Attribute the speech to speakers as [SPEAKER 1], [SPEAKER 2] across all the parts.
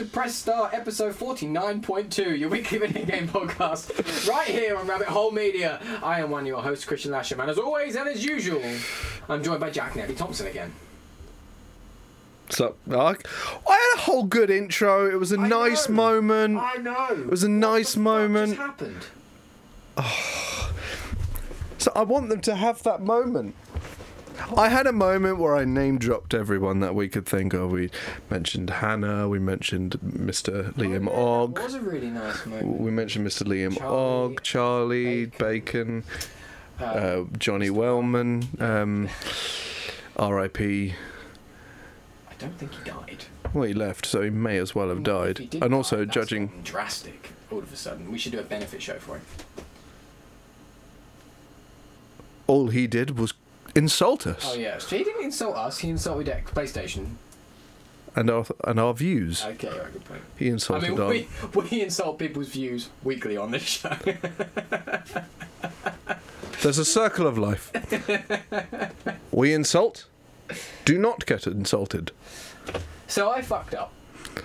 [SPEAKER 1] are episode 49.2, your weekly video game podcast, right here on Rabbit Hole Media. I am one of your hosts, Christian Lasham, and as always and as usual, I'm joined by Jack Nebby Thompson again.
[SPEAKER 2] So, I, I had a whole good intro. It was a
[SPEAKER 1] I
[SPEAKER 2] nice
[SPEAKER 1] know.
[SPEAKER 2] moment.
[SPEAKER 1] I know. It
[SPEAKER 2] was a nice moment.
[SPEAKER 1] What the fuck just happened?
[SPEAKER 2] So I want them to have that moment. I had a moment where I name dropped everyone that we could think of. We mentioned Hannah, we mentioned Mr. Liam
[SPEAKER 1] It was
[SPEAKER 2] Ogg,
[SPEAKER 1] a really nice moment.
[SPEAKER 2] we mentioned Mr. Liam
[SPEAKER 1] Oh, Charlie,
[SPEAKER 2] Ogg, Charlie, Bacon, uh, Johnny Wellman, um, R.I.P.
[SPEAKER 1] I don't think he died.
[SPEAKER 2] Well, he left, so he may as well have
[SPEAKER 1] If he
[SPEAKER 2] died.
[SPEAKER 1] did
[SPEAKER 2] And
[SPEAKER 1] die,
[SPEAKER 2] also,
[SPEAKER 1] that's
[SPEAKER 2] judging
[SPEAKER 1] gotten drastic all of a sudden. We should do a benefit show for him.
[SPEAKER 2] all he did was insult us
[SPEAKER 1] Oh yeah, so he didn't insult us. He insulted X- PlayStation.
[SPEAKER 2] and our and our views.
[SPEAKER 1] Okay, all right, good point.
[SPEAKER 2] He
[SPEAKER 1] I
[SPEAKER 2] insulted
[SPEAKER 1] mean,
[SPEAKER 2] our.
[SPEAKER 1] we, we insult people's views weekly on this show.
[SPEAKER 2] There's a circle of life. we insult. Do not get insulted.
[SPEAKER 1] so I fucked up. I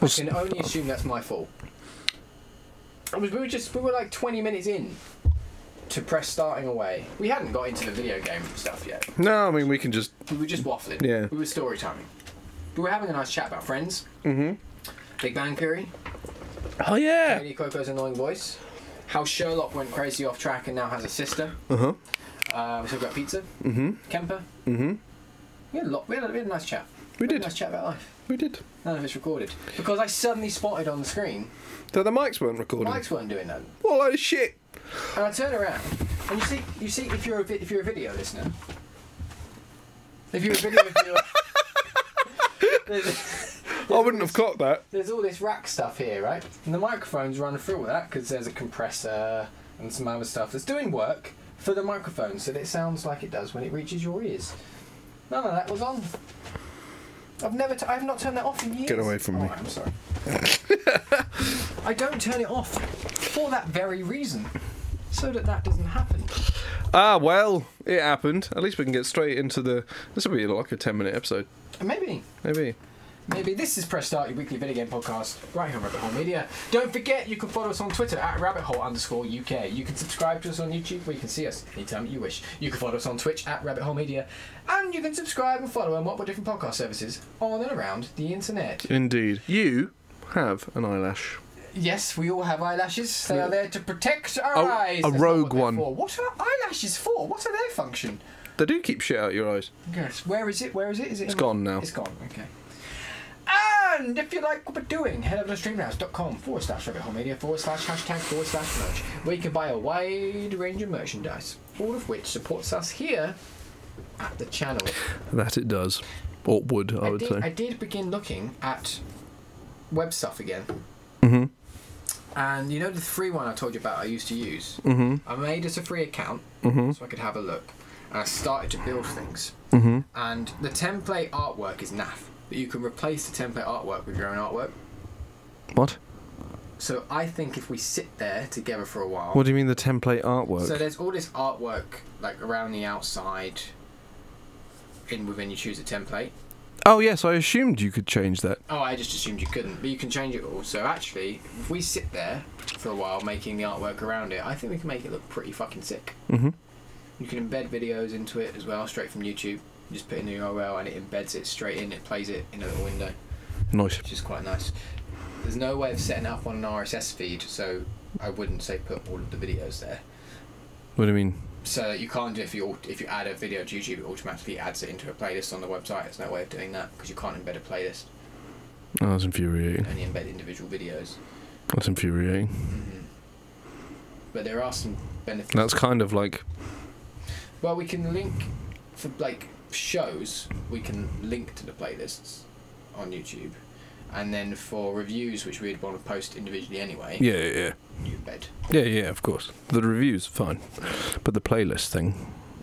[SPEAKER 2] Well,
[SPEAKER 1] can only assume that's my fault. I was, we were just we were like 20 minutes in to press starting away. We hadn't got into the video game stuff yet.
[SPEAKER 2] No, I mean we can just.
[SPEAKER 1] We were just waffling.
[SPEAKER 2] Yeah.
[SPEAKER 1] We were story timing. We were having a nice chat about friends.
[SPEAKER 2] Mhm.
[SPEAKER 1] Big Bang Theory.
[SPEAKER 2] Oh yeah.
[SPEAKER 1] Katie Coco's annoying voice. How Sherlock went crazy off track and now has a sister.
[SPEAKER 2] Uh huh.
[SPEAKER 1] Uh, we talked about pizza.
[SPEAKER 2] Mhm.
[SPEAKER 1] Kemper.
[SPEAKER 2] Mhm.
[SPEAKER 1] We had a lot. We had a, we had a nice chat. We
[SPEAKER 2] We
[SPEAKER 1] had
[SPEAKER 2] did.
[SPEAKER 1] a nice chat about life.
[SPEAKER 2] We did.
[SPEAKER 1] None of it's recorded because I suddenly spotted on the screen
[SPEAKER 2] So the mics weren't recording.
[SPEAKER 1] Mike's weren't doing that,
[SPEAKER 2] What a load of shit.
[SPEAKER 1] and I turn around and you see you see if you're a vi- if you're a video listener, if you're a video viewer. There's,
[SPEAKER 2] I wouldn't have caught that.
[SPEAKER 1] there's all this rack stuff here, right? And the microphones run through all that because there's a compressor and some other stuff that's doing work for the microphone so that it sounds like it does when it reaches your ears. None of that was on. I've never, t- I've not turned that off in years.
[SPEAKER 2] Get away from
[SPEAKER 1] Oh,
[SPEAKER 2] me.
[SPEAKER 1] I'm sorry. I don't turn it off for that very reason, so that that doesn't happen.
[SPEAKER 2] Ah well, it happened. At least we can get straight into the. This will be like a ten-minute episode,
[SPEAKER 1] And maybe
[SPEAKER 2] maybe.
[SPEAKER 1] Maybe this is Press Start, your weekly video game podcast, right here on Rabbit Hole Media. Don't forget, you can follow us on Twitter at rabbit hole underscore UK. You can subscribe to us on YouTube where you can see us anytime you wish. You can follow us on Twitch at rabbit hole media. And you can subscribe and follow on multiple different podcast services on and around the internet.
[SPEAKER 2] Indeed. You have an eyelash.
[SPEAKER 1] Yes, we all have eyelashes. They are there to protect our
[SPEAKER 2] Oh,
[SPEAKER 1] eyes.
[SPEAKER 2] a
[SPEAKER 1] That's not
[SPEAKER 2] rogue
[SPEAKER 1] what they're
[SPEAKER 2] one.
[SPEAKER 1] for. What are eyelashes for? What are their function?
[SPEAKER 2] They do keep shit out your eyes.
[SPEAKER 1] Yes. Where is it? Where is it? Is it?
[SPEAKER 2] It's
[SPEAKER 1] in-
[SPEAKER 2] gone now.
[SPEAKER 1] It's gone, okay. And if you like what we're doing, head over to streamlabs.com forward slash rabbit hole media forward slash hashtag forward slash merch, where you can buy a wide range of merchandise, all of which supports us here at the channel.
[SPEAKER 2] That it does. Or would I would
[SPEAKER 1] did,
[SPEAKER 2] say.
[SPEAKER 1] I did begin looking at web stuff again.
[SPEAKER 2] Mm-hmm.
[SPEAKER 1] And you know the free one I told you about I used to use? Mm-hmm. I made us a free account
[SPEAKER 2] Mm-hmm.
[SPEAKER 1] so I could have a look. And I started to build things. Mm-hmm. And the template artwork is naff. But you can replace the template artwork with your own artwork.
[SPEAKER 2] What?
[SPEAKER 1] So I think if we sit there together for a while.
[SPEAKER 2] What do you mean the template artwork?
[SPEAKER 1] So there's all this artwork like around the outside in within you choose a template.
[SPEAKER 2] oh yes, I assumed you could change that.
[SPEAKER 1] Oh, I just assumed you couldn't, but you can change it all. So actually, if we sit there for a while making the artwork around it, I think we can make it look pretty fucking sick.
[SPEAKER 2] Mhm.
[SPEAKER 1] You can embed videos into it as well, straight from YouTube. You just put in the URL and it embeds it straight in. It plays it in a little window,
[SPEAKER 2] Nice.
[SPEAKER 1] which is quite nice. There's no way of setting it up on an RSS feed, so I wouldn't say put all of the videos there.
[SPEAKER 2] What do you mean?
[SPEAKER 1] So that you can't do if you au- if you add a video to YouTube, it automatically adds it into a playlist on the website. There's no way of doing that because you can't embed a playlist.
[SPEAKER 2] Oh, that's
[SPEAKER 1] You
[SPEAKER 2] infuriating.
[SPEAKER 1] can only embed individual videos.
[SPEAKER 2] That's infuriating.
[SPEAKER 1] but there are some benefits.
[SPEAKER 2] That's kind of like
[SPEAKER 1] Well, we can link for like shows. We can link to the playlists on YouTube, and then for reviews, which we'd want to post individually anyway.
[SPEAKER 2] yeah, yeah, yeah,
[SPEAKER 1] You embed.
[SPEAKER 2] yeah, yeah. Of course, the reviews fine, but the playlist thing.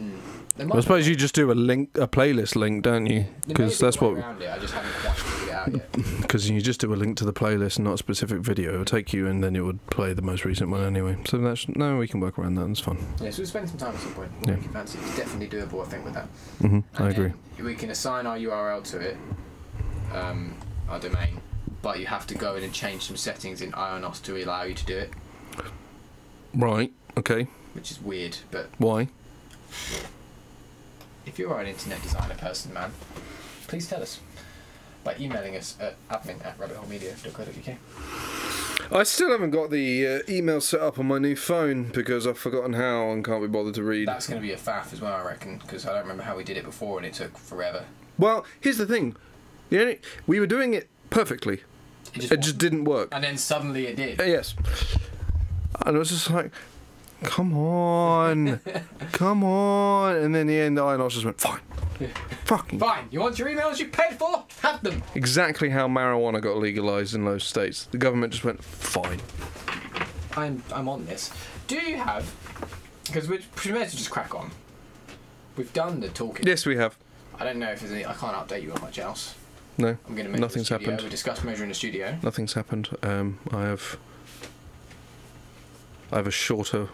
[SPEAKER 1] Mm. There
[SPEAKER 2] I suppose you just do a link, a playlist link, don't you?
[SPEAKER 1] there may
[SPEAKER 2] Because
[SPEAKER 1] be a
[SPEAKER 2] that's
[SPEAKER 1] way
[SPEAKER 2] what.
[SPEAKER 1] Around it. I just haven't quite figured it out yet.
[SPEAKER 2] Because you just do a link to the playlist, and not a specific video. It would take you, and then it would play the most recent one anyway. So that's no, we can work around that. That's fine.
[SPEAKER 1] Yeah, so we'll spend some time at some point.
[SPEAKER 2] Yeah.
[SPEAKER 1] If you fancy, it's definitely doable. I think with that.
[SPEAKER 2] hmm I
[SPEAKER 1] And
[SPEAKER 2] agree.
[SPEAKER 1] then We can assign our URL to it, um, our domain, but you have to go in and change some settings in Ionos to allow you to do it,
[SPEAKER 2] Right. Okay.
[SPEAKER 1] which is weird. But
[SPEAKER 2] Why?
[SPEAKER 1] if you are an internet designer person, man, please tell us by emailing us at admin at rabbitholemedia.co.uk.
[SPEAKER 2] I still haven't got the uh, email set up on my new phone because I've forgotten how and can't be bothered to read.
[SPEAKER 1] That's going to be a faff as well, I reckon, because I don't remember how we did it before and it took forever.
[SPEAKER 2] well, here's the thing. The only, we were doing it perfectly.
[SPEAKER 1] It just,
[SPEAKER 2] It just didn't work.
[SPEAKER 1] and then suddenly it
[SPEAKER 2] Uh,
[SPEAKER 1] did.
[SPEAKER 2] yes. And it was just like, come on, come on. And then the end, I just went, fine, fucking.
[SPEAKER 1] Fine, you want your emails you paid for? Have them.
[SPEAKER 2] Exactly how marijuana got legalized in those states. The government just went, fine.
[SPEAKER 1] I'm I'm on this. Do you have? Because we're prepared to just crack on. We've done the talking.
[SPEAKER 2] Yes, we have.
[SPEAKER 1] I don't know if there's any. I can't update you on much else.
[SPEAKER 2] No,
[SPEAKER 1] I'm going to measure
[SPEAKER 2] Nothing's
[SPEAKER 1] the studio.
[SPEAKER 2] happened.
[SPEAKER 1] We discussed measuring the studio.
[SPEAKER 2] nothing's happened. Um, I have, I have a shorter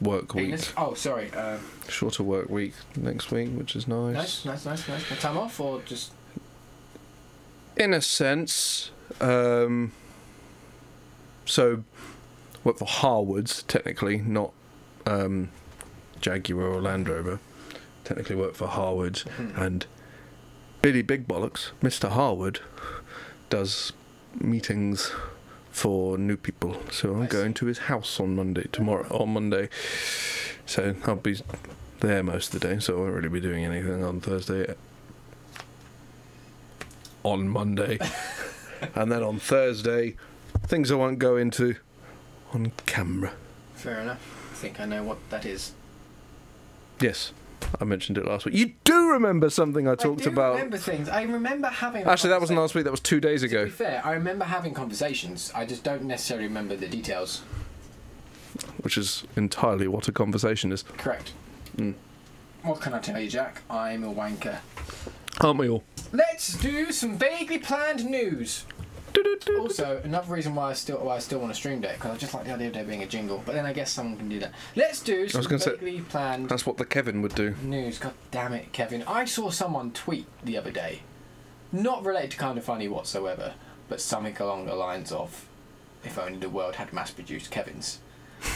[SPEAKER 2] work week,
[SPEAKER 1] Penis. Oh, sorry. Um,
[SPEAKER 2] shorter work week next week, which is
[SPEAKER 1] nice,
[SPEAKER 2] nice.
[SPEAKER 1] nice, nice, nice. Time off or just?
[SPEAKER 2] In a sense, um, so work for Harwoods technically, not um, Jaguar or Land Rover. Technically, work for Harwood and Billy Big Bollocks, Mr. Harwood, does meetings for new people. So I'm
[SPEAKER 1] I see.
[SPEAKER 2] going to his house on Monday tomorrow on Monday. So I'll be there most of the day. So I won't really be doing anything on Thursday. On Monday, and then on Thursday, things I won't go into on camera.
[SPEAKER 1] Fair enough. I think I know what that is.
[SPEAKER 2] Yes, I mentioned it last week. You do remember something I talked
[SPEAKER 1] do
[SPEAKER 2] about?
[SPEAKER 1] remember things. I remember having. a
[SPEAKER 2] Actually, that wasn't
[SPEAKER 1] conversation-
[SPEAKER 2] last week. That was two days
[SPEAKER 1] To
[SPEAKER 2] ago.
[SPEAKER 1] be fair, I remember having conversations. I just don't necessarily remember the details.
[SPEAKER 2] which is entirely what a conversation is.
[SPEAKER 1] Correct.
[SPEAKER 2] Hmm.
[SPEAKER 1] What can I tell you, Jack? I'm a wanker.
[SPEAKER 2] Aren't we all?
[SPEAKER 1] Let's do some vaguely planned news. Also, another reason why I still why I still want a stream deck because I just like the idea of there being a jingle. But then I guess someone can do that. Let's do some
[SPEAKER 2] gonna say-
[SPEAKER 1] vaguely planned
[SPEAKER 2] That's what the Kevin would do.
[SPEAKER 1] news. God damn it, Kevin! I saw someone tweet the other day, not related to kind of funny whatsoever, but something along the lines of, "If only the world had mass-produced Kevin's."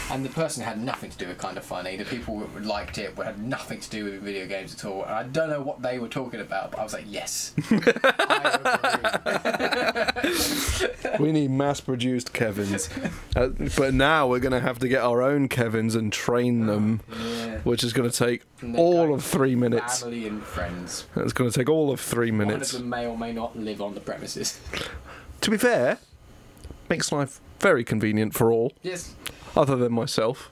[SPEAKER 1] And the person had nothing to do with kind of funny. The people who liked it had nothing to do with video games at all. And I don't know what they were talking about, but I was like, yes. I agree.
[SPEAKER 2] we need mass-produced Kevins, uh, but now we're going to have to get our own Kevins and train them,
[SPEAKER 1] Yeah.
[SPEAKER 2] which is going to take
[SPEAKER 1] And they
[SPEAKER 2] all
[SPEAKER 1] go
[SPEAKER 2] of three minutes.
[SPEAKER 1] Family and friends.
[SPEAKER 2] It's going to take all of three
[SPEAKER 1] One of
[SPEAKER 2] minutes.
[SPEAKER 1] them may or may not live on the premises.
[SPEAKER 2] To be fair, makes life very convenient for all,
[SPEAKER 1] yes.
[SPEAKER 2] other than myself.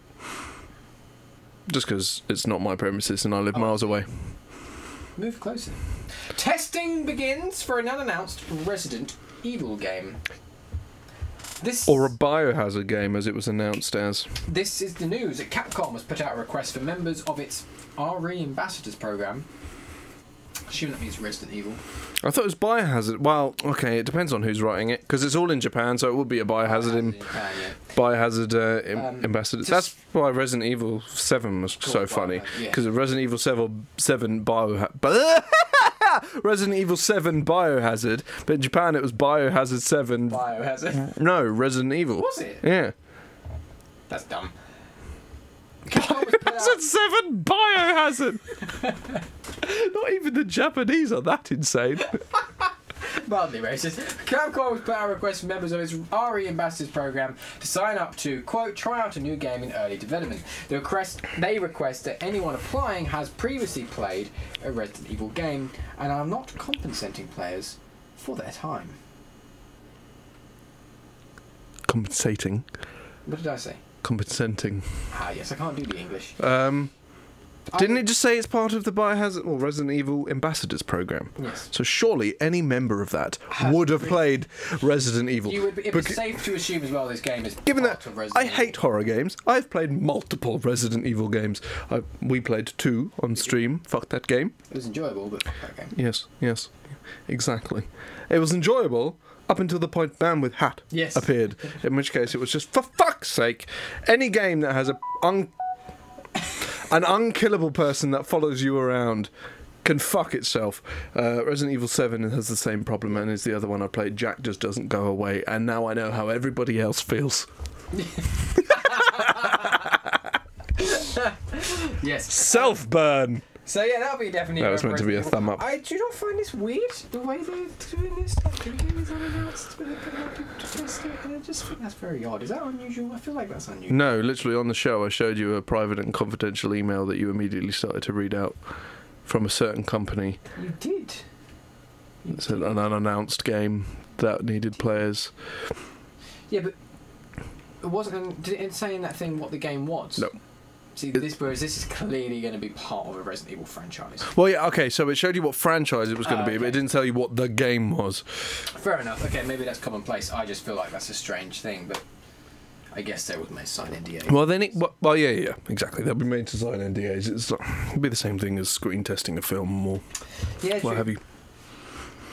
[SPEAKER 2] Just because it's not my premises and I live miles away.
[SPEAKER 1] Move closer. Testing begins for an unannounced Resident Evil game. This
[SPEAKER 2] Or a biohazard game, as it was announced as.
[SPEAKER 1] this is the news that Capcom has put out a request for members of its RE Ambassadors program. Assume that means Resident Evil.
[SPEAKER 2] I thought it was Biohazard. Well, okay, it depends on who's writing it because it's all in Japan, so it would be a Biohazard in,
[SPEAKER 1] Japan, Uh, yeah.
[SPEAKER 2] Biohazard uh, im-
[SPEAKER 1] Um,
[SPEAKER 2] ambassador.
[SPEAKER 1] just-
[SPEAKER 2] That's why Resident Evil Seven was so
[SPEAKER 1] Biohazard,
[SPEAKER 2] funny
[SPEAKER 1] yeah.
[SPEAKER 2] because Resident Evil Seven Seven Biohazard. Resident Evil Seven Biohazard, but in Japan it was Biohazard Seven.
[SPEAKER 1] Biohazard.
[SPEAKER 2] no, Resident Evil.
[SPEAKER 1] Was it?
[SPEAKER 2] Yeah.
[SPEAKER 1] That's dumb. Capcom has put out-
[SPEAKER 2] Biohazard Seven Biohazard. Not even the Japanese are that insane.
[SPEAKER 1] mildly racist. Capcom has put out a request for members of its RE Ambassadors program to sign up to quote try out a new game in early development. The request they request that anyone applying has previously played a Resident Evil game and are not compensating players for their time.
[SPEAKER 2] Compensating,
[SPEAKER 1] What did I say?
[SPEAKER 2] compensating.
[SPEAKER 1] Ah, yes, I can't do the English.
[SPEAKER 2] Um. Didn't
[SPEAKER 1] I-
[SPEAKER 2] it just say it's part of the Biohazard or Resident Evil Ambassadors program?
[SPEAKER 1] Yes.
[SPEAKER 2] So surely any member of that would have played Resident Evil.
[SPEAKER 1] You would, it'd be
[SPEAKER 2] Bec-
[SPEAKER 1] safe to assume as well this game is
[SPEAKER 2] given
[SPEAKER 1] part
[SPEAKER 2] that
[SPEAKER 1] of Resident
[SPEAKER 2] I hate horror games, I've played multiple Resident Evil games. I, we played two on stream. Fuck that game.
[SPEAKER 1] Evil. It was enjoyable, but fuck that game.
[SPEAKER 2] Yes, yes, exactly. It was enjoyable up until the point Man with Hat
[SPEAKER 1] Yes.
[SPEAKER 2] appeared. In which case, it was just for fuck's sake, any game that has a un- an unkillable person that follows you around can fuck itself. Uh, Resident Evil 7 has the same problem and is the other one I played. Jack just doesn't go away, and now I know how everybody else feels.
[SPEAKER 1] Yes.
[SPEAKER 2] Self burn!
[SPEAKER 1] So yeah, that'll be definitely.
[SPEAKER 2] That was meant to be a
[SPEAKER 1] Resident Evil.
[SPEAKER 2] thumb up.
[SPEAKER 1] I do not find this weird the way they're doing this. Like, the game is unannounced, but they're gonna let people to test it, and I just think that's very odd. Is that unusual? I feel like that's unusual.
[SPEAKER 2] No, literally on the show, I showed you a private and confidential email that you immediately started to read out from a certain company.
[SPEAKER 1] You did.
[SPEAKER 2] It's an unannounced game that needed players.
[SPEAKER 1] Yeah, but it wasn't. Did it say in that thing what the game was?
[SPEAKER 2] No.
[SPEAKER 1] See, this whereas this is clearly going to be part of a Resident Evil franchise.
[SPEAKER 2] Well, yeah, okay, so it showed you what franchise it was going to
[SPEAKER 1] Ah,
[SPEAKER 2] be, but it
[SPEAKER 1] okay.
[SPEAKER 2] didn't tell you what the game was.
[SPEAKER 1] Fair enough. Okay, maybe that's commonplace. I just feel like that's a strange thing, but I guess they would make sign NDA.
[SPEAKER 2] Well, then it. Well, well, yeah, yeah, exactly. They'll be made to sign NDAs. It's, it'll be the same thing as screen testing a film or
[SPEAKER 1] yeah,
[SPEAKER 2] what
[SPEAKER 1] do,
[SPEAKER 2] have you.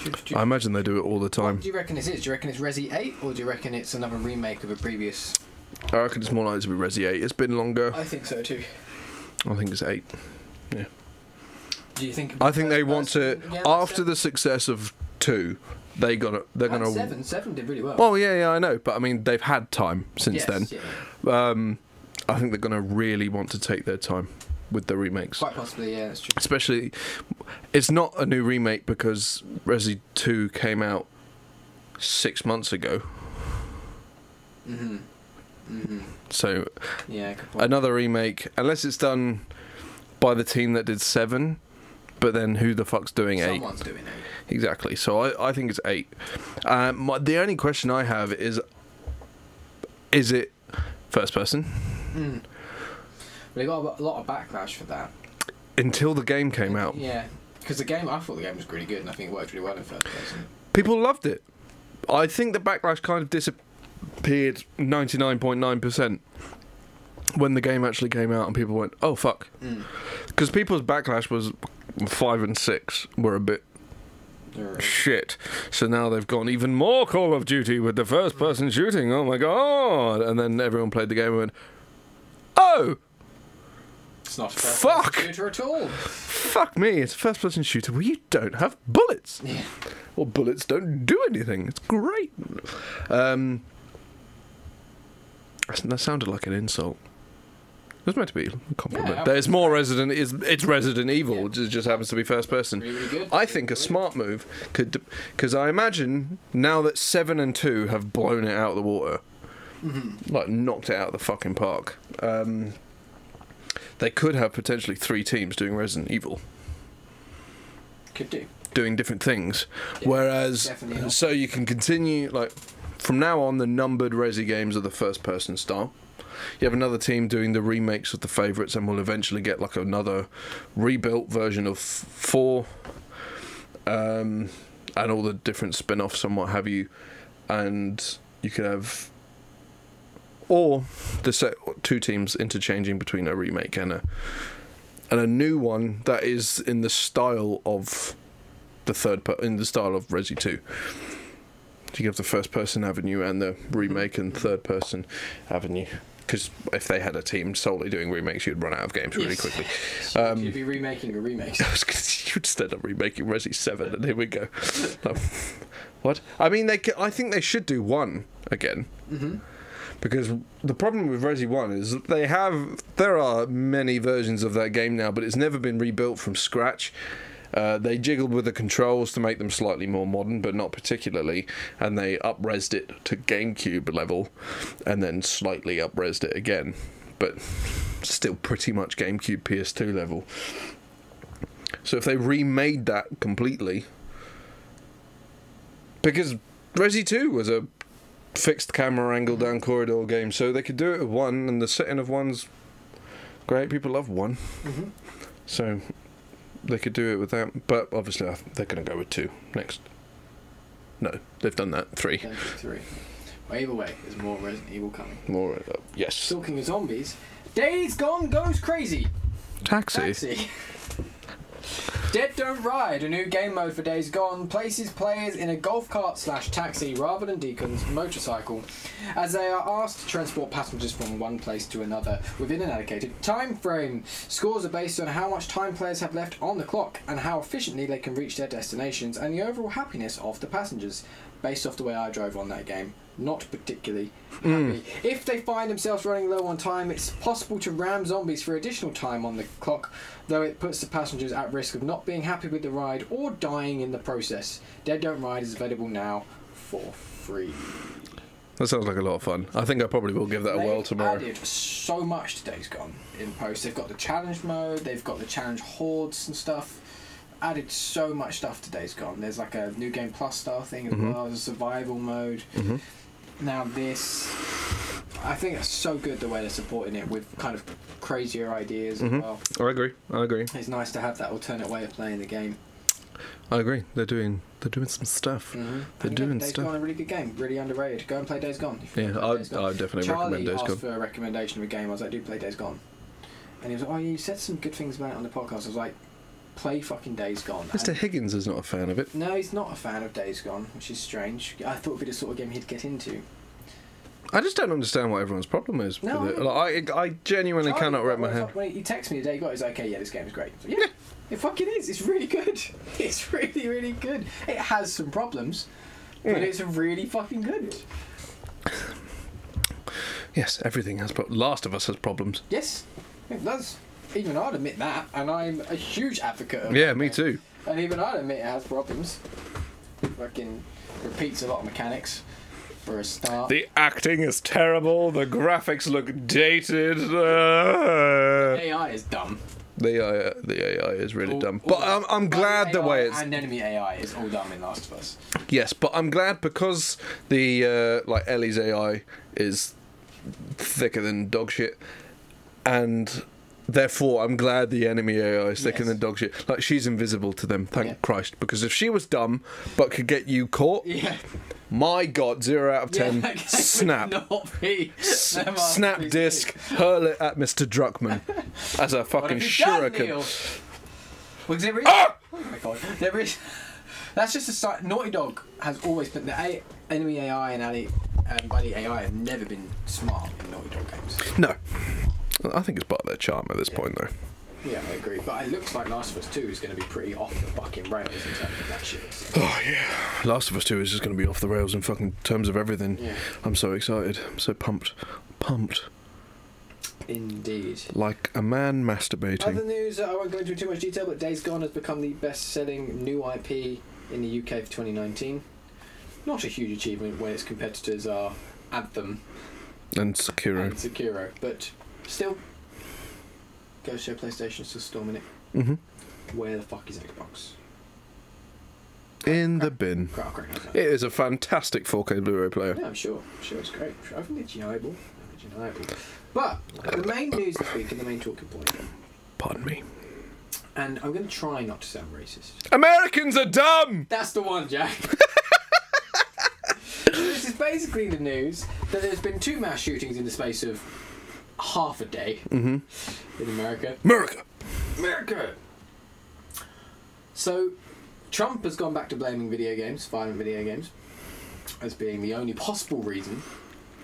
[SPEAKER 1] do- do-
[SPEAKER 2] I imagine they do it all the time.
[SPEAKER 1] do you reckon this is? Do you reckon it's Resi 8, or do you reckon it's another remake of a previous?
[SPEAKER 2] I reckon it's more likely to be Resi 8. It's been longer.
[SPEAKER 1] I think so too.
[SPEAKER 2] I think it's 8.
[SPEAKER 1] Do you think?
[SPEAKER 2] I think they want to.
[SPEAKER 1] Yeah, that's
[SPEAKER 2] After
[SPEAKER 1] seven.
[SPEAKER 2] the success of 2, they gotta, they're
[SPEAKER 1] And
[SPEAKER 2] going to.
[SPEAKER 1] seven, seven did really well.
[SPEAKER 2] Well, yeah, yeah, I know, but I mean, they've had time
[SPEAKER 1] Yes,
[SPEAKER 2] since then.
[SPEAKER 1] yeah.
[SPEAKER 2] Um, I think they're going to really want to take their time with the remakes.
[SPEAKER 1] quite possibly, yeah, that's true.
[SPEAKER 2] Especially, it's not a new remake because Resi 2 came out six months ago.
[SPEAKER 1] Mm-hmm. Mm-hmm.
[SPEAKER 2] So,
[SPEAKER 1] Yeah, good point.
[SPEAKER 2] another remake, unless it's done by the team that did 7, but then who the fuck's doing 8?
[SPEAKER 1] Someone's doing it.
[SPEAKER 2] Exactly. So I, I think it's eight. Um, my, the only question I have is is it first person?
[SPEAKER 1] Mm. They got a lot- a lot of backlash for that.
[SPEAKER 2] Until the game came out,
[SPEAKER 1] Yeah, because the game, I thought the game was really good, and I think it worked really well in first person.
[SPEAKER 2] people loved it. I think the backlash kind of disappeared 99.9% when the game actually came out and people went, oh fuck.
[SPEAKER 1] Mm.
[SPEAKER 2] Because people's backlash was five and six were a bit
[SPEAKER 1] They're-
[SPEAKER 2] shit. So now they've gone even more Call of Duty with the first person shooting. Oh my god! And then everyone played the game and went, oh,
[SPEAKER 1] It's not a first
[SPEAKER 2] Fuck!
[SPEAKER 1] person shooter at all.
[SPEAKER 2] fuck me, it's a first person shooter where you don't have bullets.
[SPEAKER 1] Yeah.
[SPEAKER 2] Or bullets don't do anything. It's great. Um, that's- that sounded like an insult. It was meant to be a compliment.
[SPEAKER 1] Yeah, I-
[SPEAKER 2] There's more Resident. Is it's Resident Evil.
[SPEAKER 1] Yeah.
[SPEAKER 2] It just- just happens to be first person.
[SPEAKER 1] Really, really good.
[SPEAKER 2] I think a smart move could, because I imagine now that seven and two have blown it out of the water, like knocked it out of the fucking park. Um, they could have potentially three teams doing Resident Evil,
[SPEAKER 1] Could do.
[SPEAKER 2] doing different things.
[SPEAKER 1] Yeah,
[SPEAKER 2] Whereas,
[SPEAKER 1] definitely not.
[SPEAKER 2] so you can continue like from now on, the numbered Resi games are the first person style. You have another team doing the remakes of the favourites, and we'll eventually get like another rebuilt version of f- four, um, and all the different spin-offs and what have you, and you could have. Or the set, two teams interchanging between a remake and a and a new one that is in the style of the third per- in the style of Resi Two. So you have the first person avenue and the remake and third person avenue. Because if they had a team solely doing remakes, you'd run out of games really
[SPEAKER 1] Yes.
[SPEAKER 2] quickly.
[SPEAKER 1] Um, You'd be remaking a remake.
[SPEAKER 2] I was gonna say, you'd stand up remaking Resi Seven, and here we go. No. what? I mean, they. ca- I think they should do one again. Because the problem with Resi One is that they have there are many versions of that game now, but it's never been rebuilt from scratch. Uh, they jiggled with the controls to make them slightly more modern, but not particularly, and they upresed it to GameCube level, and then slightly upresed it again, but still pretty much GameCube PS2 level. So if they remade that completely, because Resi Two was a fixed camera angle down corridor game, so they could do it with one, and the setting of one's great. People love one,
[SPEAKER 1] Mhm.
[SPEAKER 2] so they could do it with that. But obviously, I th- they're going to go with two next. No, they've done that three.
[SPEAKER 1] Don't think Three. Well, either way, there's more Resident Evil coming.
[SPEAKER 2] More uh, yes.
[SPEAKER 1] Talking of zombies, Days Gone goes crazy.
[SPEAKER 2] Taxi.
[SPEAKER 1] Taxi. Dead Don't Ride, a new game mode for Days Gone, places players in a golf cart slash taxi rather than Deacon's motorcycle, as they are asked to transport passengers from one place to another within an allocated time frame. Scores are based on how much time players have left on the clock and how efficiently they can reach their destinations and the overall happiness of the passengers. Based off the way I drove on that game, not particularly happy. If they find themselves running low on time, it's possible to ram zombies for additional time on the clock, though it puts the passengers at risk of not being happy with the ride or dying in the process. Dead Don't Ride is available now for free.
[SPEAKER 2] That sounds like a lot of fun. I think I probably will give that a
[SPEAKER 1] They've
[SPEAKER 2] whirl tomorrow.
[SPEAKER 1] added so much to Days Gone in post. They've got the challenge mode, they've got the challenge hordes and stuff. Added so much stuff to Days Gone. There's like a new game plus style thing as
[SPEAKER 2] Mm-hmm.
[SPEAKER 1] well. There's a survival mode.
[SPEAKER 2] Mhm.
[SPEAKER 1] Now this, I think it's so good the way they're supporting it with kind of crazier ideas
[SPEAKER 2] Mhm.
[SPEAKER 1] as well.
[SPEAKER 2] I agree. I agree.
[SPEAKER 1] It's nice to have that alternate way of playing the game.
[SPEAKER 2] I agree. They're doing they're doing some stuff.
[SPEAKER 1] Mm-hmm.
[SPEAKER 2] They're doing
[SPEAKER 1] Days
[SPEAKER 2] stuff.
[SPEAKER 1] Gone, a really good game, really underrated. Go and play Days Gone. if you
[SPEAKER 2] Yeah,
[SPEAKER 1] haven't
[SPEAKER 2] I
[SPEAKER 1] played
[SPEAKER 2] I
[SPEAKER 1] Days Gone.
[SPEAKER 2] definitely
[SPEAKER 1] Charlie
[SPEAKER 2] recommend Days
[SPEAKER 1] asked
[SPEAKER 2] Gone.
[SPEAKER 1] for a recommendation of a game. I was like, do play Days Gone. And he was like, oh, you said some good things about it on the podcast. I was like, play fucking Days Gone.
[SPEAKER 2] Mr.
[SPEAKER 1] And-
[SPEAKER 2] Higgins is not a fan of it.
[SPEAKER 1] no, he's not a fan of Days Gone, which is strange. I thought it'd be the sort of game he'd get into.
[SPEAKER 2] I just don't understand what everyone's problem is
[SPEAKER 1] No,
[SPEAKER 2] with it.
[SPEAKER 1] I-
[SPEAKER 2] Like, I, I genuinely
[SPEAKER 1] Charlie,
[SPEAKER 2] cannot wrap my
[SPEAKER 1] when-
[SPEAKER 2] head.
[SPEAKER 1] When he texted me the day he got, it, he's like, okay, yeah, this game is great. So, yeah, it fucking is. It's really good. It's really, really good. It has some problems, but
[SPEAKER 2] Mm.
[SPEAKER 1] it's really fucking good.
[SPEAKER 2] Yes, everything has problems. Last of Us has problems.
[SPEAKER 1] Yes, it does. Even I'd admit that, and I'm a huge advocate of
[SPEAKER 2] Yeah,
[SPEAKER 1] that
[SPEAKER 2] me
[SPEAKER 1] game.
[SPEAKER 2] too.
[SPEAKER 1] And even I'd admit it has problems. Fucking repeats a lot of mechanics for a start.
[SPEAKER 2] The acting is terrible. The graphics look dated. Uh,
[SPEAKER 1] AI is dumb.
[SPEAKER 2] the AI, the AI is really
[SPEAKER 1] All-
[SPEAKER 2] dumb.
[SPEAKER 1] all
[SPEAKER 2] But I'm, I'm glad the
[SPEAKER 1] AI
[SPEAKER 2] way it's
[SPEAKER 1] and enemy AI is all dumb in Last of Us.
[SPEAKER 2] yes. But I'm glad because the uh, like Ellie's AI is thicker than dog shit, and therefore I'm glad the enemy AI is thicker
[SPEAKER 1] Yes.
[SPEAKER 2] than dog shit. Like she's invisible to them. Thank
[SPEAKER 1] Yeah.
[SPEAKER 2] Christ. Because if she was dumb but could get you caught,
[SPEAKER 1] Yeah,
[SPEAKER 2] my God, zero out of ten.
[SPEAKER 1] that game would
[SPEAKER 2] Snap.
[SPEAKER 1] Not be
[SPEAKER 2] S-
[SPEAKER 1] their
[SPEAKER 2] snap
[SPEAKER 1] masterpiece.
[SPEAKER 2] disc, hurl it at Mr. Druckmann as a
[SPEAKER 1] What
[SPEAKER 2] fucking
[SPEAKER 1] have you done, Neil?
[SPEAKER 2] shuriken. Ah!
[SPEAKER 1] Was there is, oh my god, there is. That's just a site. Naughty Dog has always been the a, enemy AI and Ali and Buddy AI have never been smart in Naughty Dog games.
[SPEAKER 2] No. I think it's part of their charm at this point, though.
[SPEAKER 1] Yeah, I agree. But it looks like Last of Us 2 is going to be pretty off the fucking rails in terms of that shit.
[SPEAKER 2] Oh, yeah. Last of Us 2 is just going to be off the rails in fucking terms of everything.
[SPEAKER 1] Yeah.
[SPEAKER 2] I'm so excited. I'm so pumped. Pumped.
[SPEAKER 1] Indeed.
[SPEAKER 2] Like a man
[SPEAKER 1] Other
[SPEAKER 2] masturbating.
[SPEAKER 1] news, I won't go into in too much detail, but Days Gone has become the best selling new IP in the UK for 2019. Not a huge achievement when its competitors are Anthem
[SPEAKER 2] And
[SPEAKER 1] and
[SPEAKER 2] Sekiro.
[SPEAKER 1] Sekiro, but still. Go show PlayStation still storming it.
[SPEAKER 2] hmm
[SPEAKER 1] Where the fuck is Xbox?
[SPEAKER 2] In the bin.
[SPEAKER 1] Crap, crap, crap, crap.
[SPEAKER 2] It is a fantastic 4K Blu ray player.
[SPEAKER 1] Yeah, I'm sure. I'm sure it's great. I think it's deniable. I think it's deniable. But the main news this week and the main talking point,
[SPEAKER 2] Pardon me.
[SPEAKER 1] and I'm going to try not to sound racist.
[SPEAKER 2] Americans are dumb!
[SPEAKER 1] That's the one, Jack. this is basically the news that there's been two mass shootings in the space of half a day in America.
[SPEAKER 2] America!
[SPEAKER 1] America. So, Trump has gone back to blaming video games, violent video games, as being the only possible reason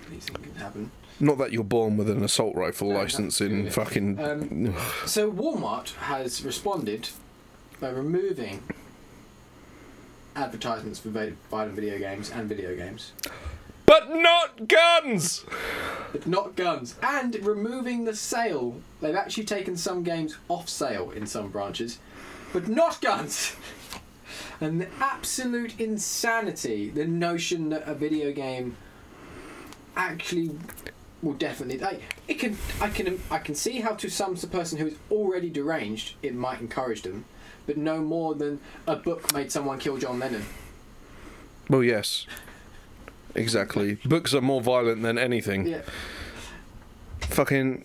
[SPEAKER 1] these things can happen.
[SPEAKER 2] Not that you're born with an assault rifle
[SPEAKER 1] No,
[SPEAKER 2] license in
[SPEAKER 1] absolutely.
[SPEAKER 2] fucking.
[SPEAKER 1] Um, So Walmart has responded by removing advertisements for va- violent video games and video games,
[SPEAKER 2] But not guns!
[SPEAKER 1] but not guns, and removing the sale. They've actually taken some games off sale in some branches, but not guns. And the absolute insanity, the notion that a video game actually will definitely like it can I can I can see how to some person who is already deranged it might encourage them, but no more than a book made someone kill John Lennon.
[SPEAKER 2] Well, yes. Exactly. Books are more violent than anything.
[SPEAKER 1] Yeah.
[SPEAKER 2] Fucking.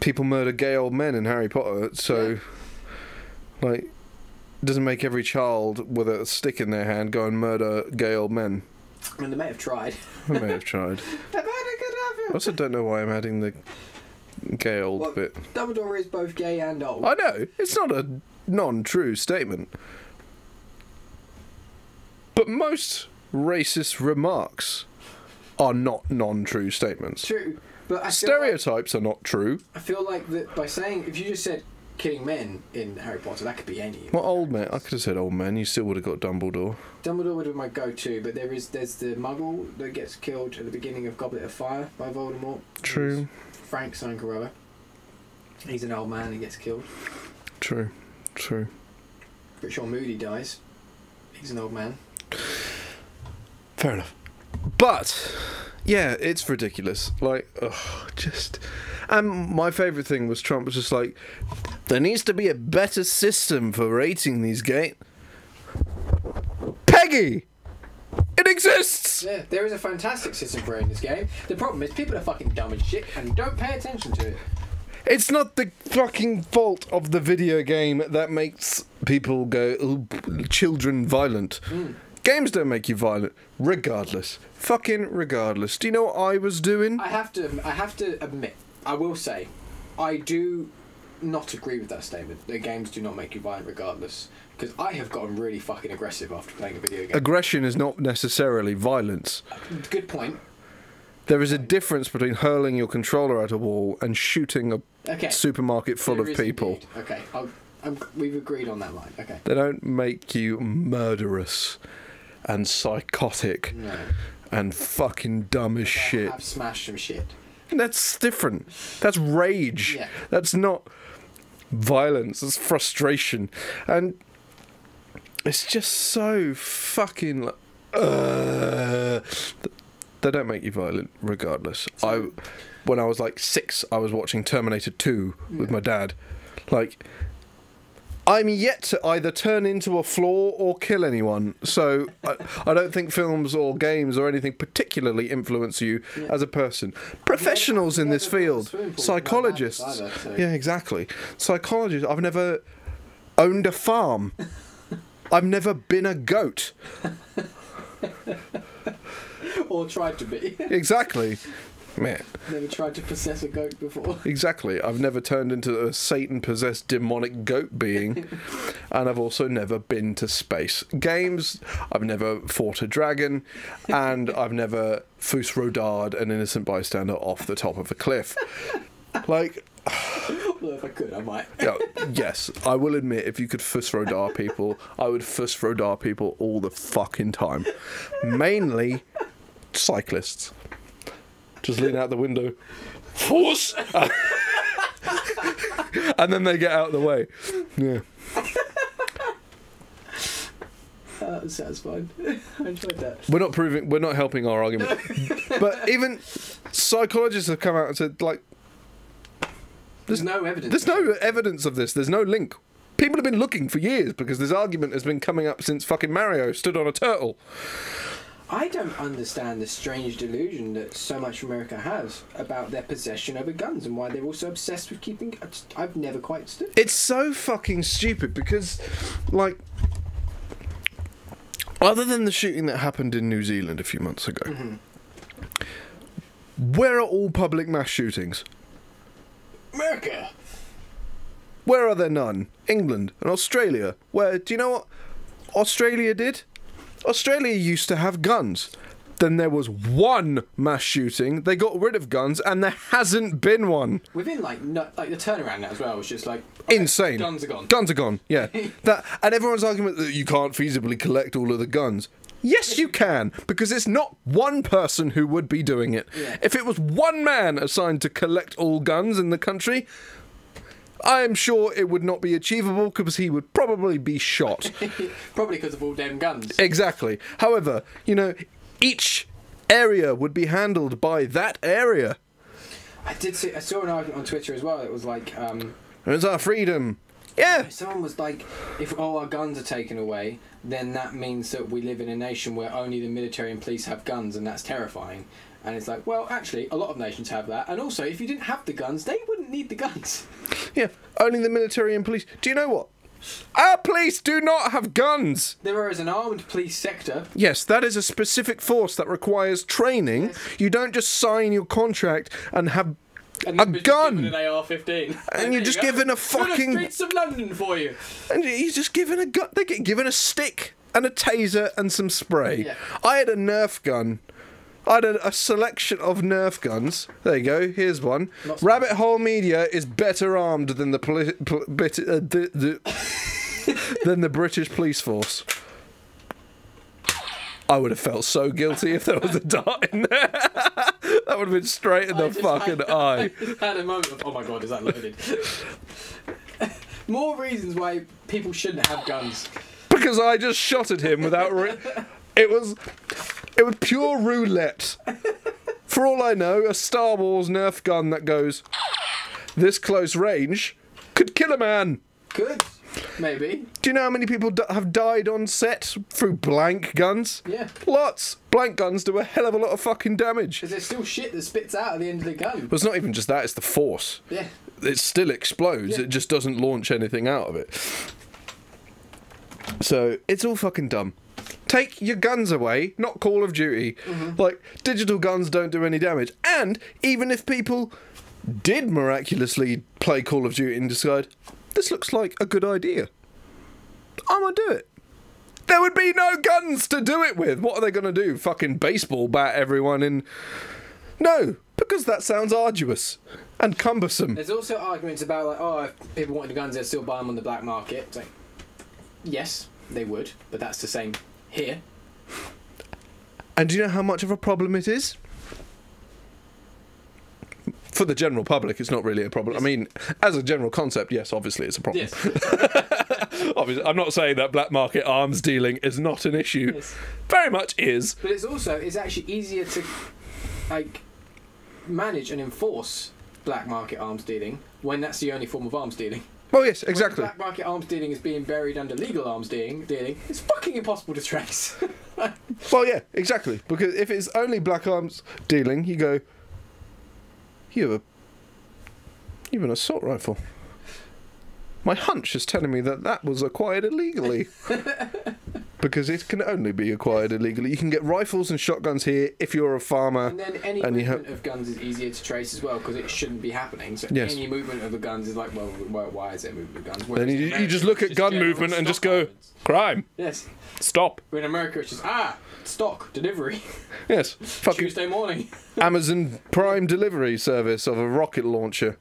[SPEAKER 2] People murder gay old men in Harry Potter, so. Like. it Doesn't make every child with a stick in their hand go and murder gay old men.
[SPEAKER 1] I mean they may have tried.
[SPEAKER 2] I may have tried. I also don't know why I'm adding the gay old
[SPEAKER 1] What?
[SPEAKER 2] bit.
[SPEAKER 1] Dumbledore is both gay and old.
[SPEAKER 2] I know it's not a non true statement. But most racist remarks are not non true statements.
[SPEAKER 1] True, but I feel like,
[SPEAKER 2] Stereotypes are not true.
[SPEAKER 1] I feel like that by saying if you just said killing men in Harry Potter, that could be any.
[SPEAKER 2] Well, old man, I could have said old man, you still would have got Dumbledore.
[SPEAKER 1] Dumbledore would have been my go-to, but there is there's the Muggle that gets killed at the beginning of Goblet of Fire by Voldemort.
[SPEAKER 2] True,
[SPEAKER 1] Frank Sangarella. He's an old man and gets killed.
[SPEAKER 2] true, true.
[SPEAKER 1] Richard Moody dies. He's an old man.
[SPEAKER 2] Fair enough. But yeah, it's ridiculous. Like, ugh, just. And my favourite thing was Trump was just like, there needs to be a better system for rating these gay. Peggy, it exists.
[SPEAKER 1] Yeah, there is a fantastic system for in this game. The problem is people are fucking dumb as shit and don't pay attention to it.
[SPEAKER 2] It's not the fucking fault of the video game that makes people go, "Ooh, children violent.
[SPEAKER 1] Hmm.
[SPEAKER 2] Games don't make you violent, regardless. Fucking regardless. Do you know what I was doing?
[SPEAKER 1] I have to I have to admit, I will say, I do not agree with that statement. The games do not make you violent regardless. Because I have gotten really fucking aggressive after playing a video game.
[SPEAKER 2] aggression is not necessarily violence.
[SPEAKER 1] Good point.
[SPEAKER 2] There is a difference between hurling your controller at a wall and shooting a
[SPEAKER 1] Okay.
[SPEAKER 2] supermarket full
[SPEAKER 1] There
[SPEAKER 2] of
[SPEAKER 1] is
[SPEAKER 2] people.
[SPEAKER 1] indeed. Okay, I'll, I'm, we've agreed on that line. Okay.
[SPEAKER 2] They don't make you murderous and psychotic
[SPEAKER 1] No.
[SPEAKER 2] and fucking dumb as shit.
[SPEAKER 1] I have smashed some shit.
[SPEAKER 2] That's different. That's rage.
[SPEAKER 1] Yeah.
[SPEAKER 2] That's not violence. That's frustration. And it's just so fucking. like, Uh, they don't make you violent, regardless. I, when I was like six, I was watching Terminator Two with my dad. Like, I'm yet to either turn into a flaw or kill anyone. So I, I don't think films or games or anything particularly influence you
[SPEAKER 1] Yeah.
[SPEAKER 2] as a person. Professionals in
[SPEAKER 1] never
[SPEAKER 2] this
[SPEAKER 1] gone to
[SPEAKER 2] field,
[SPEAKER 1] swimming pools with my mates
[SPEAKER 2] psychologists.
[SPEAKER 1] either, so-
[SPEAKER 2] Yeah, exactly. Psychologists. I've never owned a farm. I've never been a goat.
[SPEAKER 1] or tried to be.
[SPEAKER 2] Exactly. Man,
[SPEAKER 1] Never tried to possess a goat before.
[SPEAKER 2] exactly. I've never turned into a Satan possessed demonic goat being. and I've also never been to space. Games, I've never fought a dragon. And I've never Fus Rodard an innocent bystander off the top of a cliff. Like,
[SPEAKER 1] Well, if I could, I might.
[SPEAKER 2] yeah, yes, I will admit, if you could Fus Rodar people, I would Fus Rodar people all the fucking time. Mainly cyclists. Just lean out the window. Force! and then they get out of the way. Yeah.
[SPEAKER 1] Uh, that sounds fine. I enjoyed that.
[SPEAKER 2] We're not proving. We're not helping our argument. but even psychologists have come out and said, like,
[SPEAKER 1] There's no evidence.
[SPEAKER 2] there's no evidence of this. There's no link. People have been looking for years because this argument has been coming up since fucking Mario stood on a turtle.
[SPEAKER 1] I don't understand the strange delusion that so much America has about their possession over guns and why they're also obsessed with keeping. I just- I've never quite stood.
[SPEAKER 2] It's so fucking stupid because, like, other than the shooting that happened in New Zealand a few months ago, where are all public mass shootings?
[SPEAKER 1] America.
[SPEAKER 2] Where are there none? England and Australia. Where do you know what Australia did? Australia used to have guns. Then there was one mass shooting. They got rid of guns, and there hasn't been one.
[SPEAKER 1] Within like no, like the turnaround now as well was just like
[SPEAKER 2] Insane.
[SPEAKER 1] Guns are gone.
[SPEAKER 2] Guns are gone. Yeah. that and everyone's argument that you can't feasibly collect all of the guns. Yes, you can because it's not one person who would be doing it.
[SPEAKER 1] Yeah.
[SPEAKER 2] If it was one man assigned to collect all guns in the country, I am sure it would not be achievable because he would probably be shot.
[SPEAKER 1] Probably because of all damn guns.
[SPEAKER 2] exactly. However, you know, each area would be handled by that area.
[SPEAKER 1] I did see. I saw an argument on Twitter as well. It was like. um
[SPEAKER 2] And it's our freedom. Yeah.
[SPEAKER 1] Someone was like, if all our guns are taken away, then that means that we live in a nation where only the military and police have guns, and that's terrifying. And it's like, well, actually, a lot of nations have that. And also, if you didn't have the guns, they wouldn't need the guns.
[SPEAKER 2] Yeah, only the military and police. Do you know what? Our police do not have guns.
[SPEAKER 1] There is an armed police sector.
[SPEAKER 2] Yes, that is a specific force that requires training. You don't just sign your contract and have
[SPEAKER 1] And
[SPEAKER 2] A
[SPEAKER 1] you're just
[SPEAKER 2] gun!
[SPEAKER 1] given An AR-15.
[SPEAKER 2] And you're just given a fucking-
[SPEAKER 1] The streets of London for you.
[SPEAKER 2] And he's just given a gun. They get given a stick and a taser and some spray.
[SPEAKER 1] Yeah.
[SPEAKER 2] I had a Nerf gun. I had a, a selection of Nerf guns. There you go. Here's one.
[SPEAKER 1] Not-
[SPEAKER 2] Rabbit Hole Media is better armed than the poli- pol- bit- uh, d- d- than the British police force. I would have felt so guilty if there was a dart in there. that would have been straight in the
[SPEAKER 1] I just
[SPEAKER 2] fucking
[SPEAKER 1] had-
[SPEAKER 2] eye.
[SPEAKER 1] I just had a moment of, oh my god, is that loaded? More reasons why people shouldn't have guns.
[SPEAKER 2] because I just shot at him without. Re- it was, it was pure roulette. For all I know, a Star Wars Nerf gun that goes this close range could kill a man.
[SPEAKER 1] Could, maybe.
[SPEAKER 2] Do you know how many people d- have died on set through blank guns?
[SPEAKER 1] Yeah.
[SPEAKER 2] Lots. Blank guns do a hell of a lot of fucking damage.
[SPEAKER 1] Because there's still shit that spits out at the end of the gun.
[SPEAKER 2] But it's not even just that, it's the force.
[SPEAKER 1] Yeah.
[SPEAKER 2] it still explodes.
[SPEAKER 1] Yeah.
[SPEAKER 2] It just doesn't launch anything out of it. So it's all fucking dumb. Take your guns away, not Call of Duty. Like digital guns don't do any damage. And even if people did miraculously play Call of Duty and decide this looks like a good idea, I'm gonna do it. There would be no guns to do it with. What are they gonna do? Fucking baseball bat everyone in? No, because that sounds arduous and cumbersome.
[SPEAKER 1] There's also arguments about like, oh, if people wanted guns, they'd still buy them on the black market. It's like, yes, they would, but that's the same here.
[SPEAKER 2] And do you know how much of a problem it is? For the general public, it's not really a problem. I mean, as a general concept, yes, obviously it's a problem.
[SPEAKER 1] Yes.
[SPEAKER 2] Obviously, I'm not saying that black market arms dealing is not an issue.
[SPEAKER 1] Yes.
[SPEAKER 2] Very much is.
[SPEAKER 1] But it's also it's actually easier to like manage and enforce black market arms dealing when that's the only form of arms dealing.
[SPEAKER 2] Oh, yes,
[SPEAKER 1] When
[SPEAKER 2] exactly.
[SPEAKER 1] black market arms dealing is being buried under legal arms dealing. Dealing. It's fucking impossible to trace.
[SPEAKER 2] Well, yeah, exactly. Because if it's only black arms dealing, you go, you have a, you have an assault rifle. My hunch is telling me that that was acquired illegally. because it can only be acquired illegally. You can get rifles and shotguns here if you're a farmer.
[SPEAKER 1] and then any
[SPEAKER 2] And you
[SPEAKER 1] movement of guns is easier to trace as well because it shouldn't be happening. So
[SPEAKER 2] Yes.
[SPEAKER 1] any movement of the guns is like, well, why, why is there movement of guns?
[SPEAKER 2] Then
[SPEAKER 1] Whereas
[SPEAKER 2] you,
[SPEAKER 1] in
[SPEAKER 2] you
[SPEAKER 1] America-
[SPEAKER 2] just look at
[SPEAKER 3] Just
[SPEAKER 2] gun
[SPEAKER 3] general
[SPEAKER 2] movement and
[SPEAKER 3] stop
[SPEAKER 2] just go,
[SPEAKER 3] movements.
[SPEAKER 2] crime,
[SPEAKER 1] yes.
[SPEAKER 2] stop.
[SPEAKER 1] In America, it's just ah, stock delivery
[SPEAKER 2] Yes, fucking
[SPEAKER 1] Tuesday morning.
[SPEAKER 2] Amazon Prime delivery service of a rocket launcher.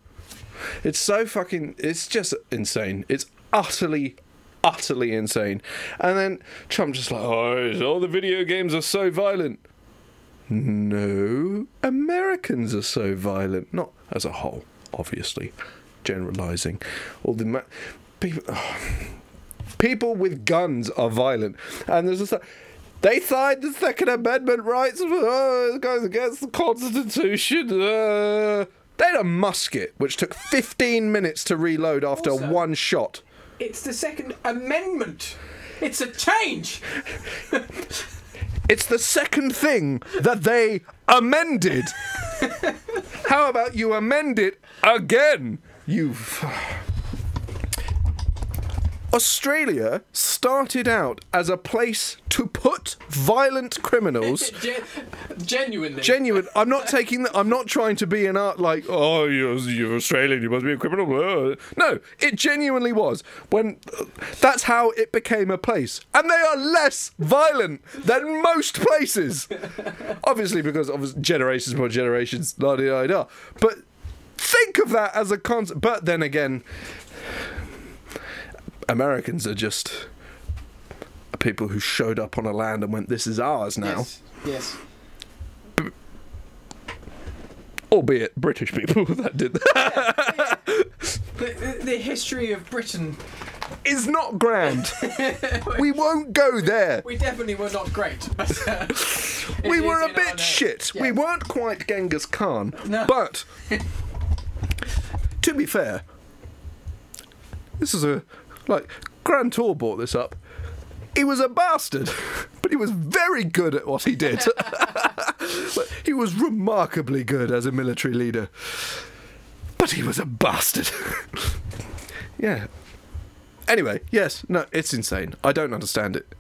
[SPEAKER 2] It's so fucking. It's just insane. It's utterly, utterly insane. And then Trump just like, oh, all the video games are so violent. No, Americans are so violent. Not as a whole, obviously. Generalizing. All the ma- people. People with guns are violent, and there's just a. They signed the Second Amendment rights. Oh, it goes against the Constitution. Uh. They had a musket which took 15 minutes to reload after
[SPEAKER 1] Also-
[SPEAKER 2] one shot.
[SPEAKER 1] It's the Second Amendment. It's a change.
[SPEAKER 2] It's the second thing that they amended. How about you amend it again? You. f- Australia started out as a place to put violent criminals
[SPEAKER 1] Gen- genuinely.
[SPEAKER 2] genuine. I'm not taking that. I'm not trying to be an art like, oh, you're, you're Australian, you must be a criminal. blah." No, it genuinely was. When that's how it became a place, and they are less violent than most places. obviously, because of generations upon generations, la di da da. But think of that as a concept. But then again, Americans are just. People who showed up on a land and went, "This is ours now."
[SPEAKER 1] Yes. Yes.
[SPEAKER 2] albeit British people that did that,
[SPEAKER 1] The, the, the history of Britain.
[SPEAKER 2] is not grand. we won't go there.
[SPEAKER 1] We definitely were not great. But, uh, it
[SPEAKER 2] We
[SPEAKER 1] is
[SPEAKER 2] were
[SPEAKER 1] in
[SPEAKER 2] a
[SPEAKER 1] our name.
[SPEAKER 2] bit shit.
[SPEAKER 1] Yeah.
[SPEAKER 2] We weren't quite Genghis Khan.
[SPEAKER 1] No.
[SPEAKER 2] But, to be fair, this is a. Like, Grand Tour brought this up. He was a bastard, but he was very good at what he did. Like, he was remarkably good as a military leader. But he was a bastard. yeah. Anyway, yes, no, it's insane. I don't understand it.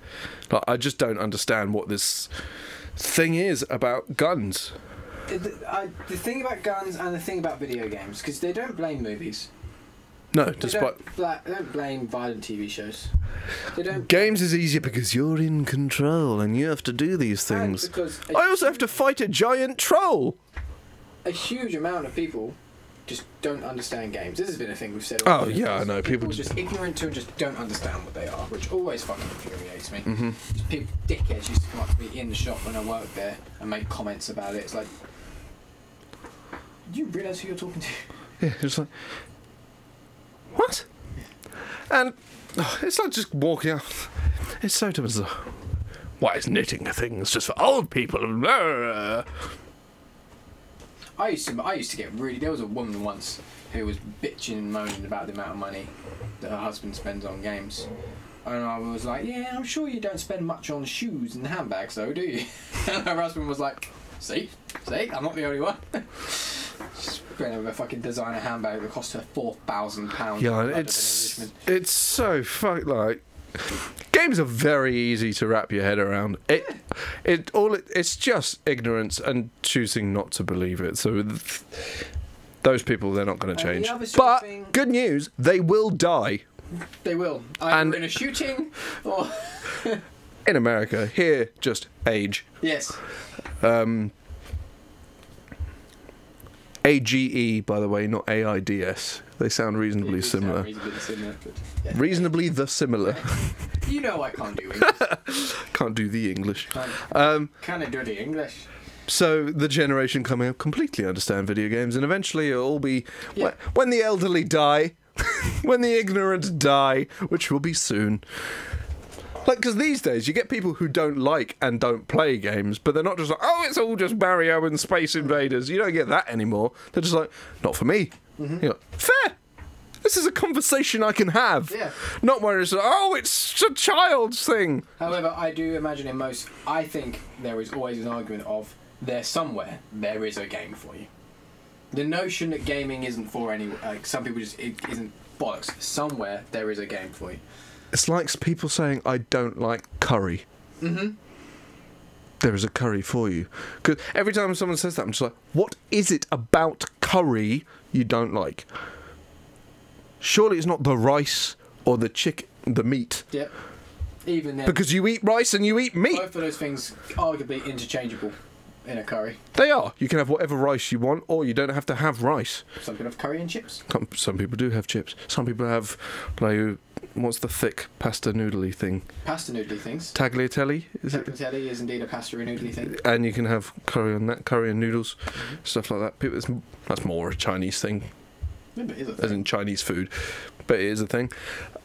[SPEAKER 2] Like, I just don't understand what this thing is about guns.
[SPEAKER 1] the, I, the thing about guns and the thing about video games, because they don't blame movies.
[SPEAKER 2] No,
[SPEAKER 1] They
[SPEAKER 2] despite
[SPEAKER 1] don't, bla- they don't blame violent TV shows. They don't.
[SPEAKER 2] games is easier because you're in control and you have to do these
[SPEAKER 1] and
[SPEAKER 2] things.
[SPEAKER 1] Because a,
[SPEAKER 2] I also have to fight a giant troll.
[SPEAKER 1] a huge amount of people just don't understand games. This has been a thing we've said.
[SPEAKER 2] Oh,
[SPEAKER 1] all-
[SPEAKER 2] yeah, I know. People
[SPEAKER 1] are just ignorant to and just don't understand what they are, which always fucking infuriates me.
[SPEAKER 2] Mhm.
[SPEAKER 1] Just People, dickheads used to come up to me in the shop when I worked there and make comments about it. It's like, do you realise who you're talking to?
[SPEAKER 2] Yeah, it's like what? And oh, it's like just walking out. It's so dumb. It's like, Why is knitting a thing? It's just for old people. Blah.
[SPEAKER 1] I used to, I used to get really. There was a woman once who was bitching and moaning about the amount of money that her husband spends on games, and I was like, "Yeah, I'm sure you don't spend much on shoes and handbags, though, do you?" And her husband was like, "See, see, I'm not the only one." She's going to have a fucking designer handbag that cost her four thousand pounds.
[SPEAKER 2] Yeah, it's it's so fuck like games are very easy to wrap your head around. It it all it, it's just ignorance and choosing not to believe it. So th- those people they're not going
[SPEAKER 1] And
[SPEAKER 2] to
[SPEAKER 1] the
[SPEAKER 2] change.
[SPEAKER 1] other sort of
[SPEAKER 2] But
[SPEAKER 1] thing-
[SPEAKER 2] good news, they will die
[SPEAKER 1] they will either
[SPEAKER 2] And-
[SPEAKER 1] in a shooting or
[SPEAKER 2] in America. Here, just age.
[SPEAKER 1] yes,
[SPEAKER 2] Um, A G E, by the way, not A I D S. They sound reasonably
[SPEAKER 1] It does sound
[SPEAKER 2] similar.
[SPEAKER 1] reasonably uh, similar, but- yeah.
[SPEAKER 2] Reasonably the similar.
[SPEAKER 1] You know I can't do English.
[SPEAKER 2] Can't do the English.
[SPEAKER 1] Can't-
[SPEAKER 2] Um,
[SPEAKER 1] Kind of dirty English.
[SPEAKER 2] So the generation coming up completely understand video games, and eventually it'll all be
[SPEAKER 1] Yeah.
[SPEAKER 2] wh- when the elderly die, when the ignorant die, which will be soon. Like, because these days you get people who don't like and don't play games, but they're not just like, oh, it's all just Mario and Space Invaders. You don't get that anymore. They're just like, not for me.
[SPEAKER 1] Mm-hmm.
[SPEAKER 2] You're like, Fair. This is a conversation I can have.
[SPEAKER 1] Yeah.
[SPEAKER 2] Not where it's like, oh, it's a child's thing.
[SPEAKER 1] However, I do imagine in most, I think there is always an argument of there somewhere there is a game for you. The notion that gaming isn't for any, like some people just it isn't bollocks. Somewhere there is a game for you.
[SPEAKER 2] It's like people saying, I don't like curry. There is a curry for you. 'Cause every time someone says that, I'm just like, what is it about curry you don't like? Surely it's not the rice or the chick, the meat.
[SPEAKER 1] Yep. Even then,
[SPEAKER 2] Because you eat rice and you eat meat.
[SPEAKER 1] both of those things arguably interchangeable in a curry.
[SPEAKER 2] They are. You can have whatever rice you want, or you don't have to have rice.
[SPEAKER 1] Something of curry and chips.
[SPEAKER 2] Some, some people do have chips. Some people have, like, what's the thick pasta noodly thing?
[SPEAKER 1] Pasta noodly things.
[SPEAKER 2] Tagliatelle? Is it?
[SPEAKER 1] Tagliatelle is indeed a pasta and noodly thing.
[SPEAKER 2] and you can have curry on that, curry and noodles,
[SPEAKER 1] Mm-hmm.
[SPEAKER 2] stuff like that. People, it's, that's more a Chinese thing,
[SPEAKER 1] Remember, it is a
[SPEAKER 2] as
[SPEAKER 1] thing.
[SPEAKER 2] in Chinese food, but it is a thing.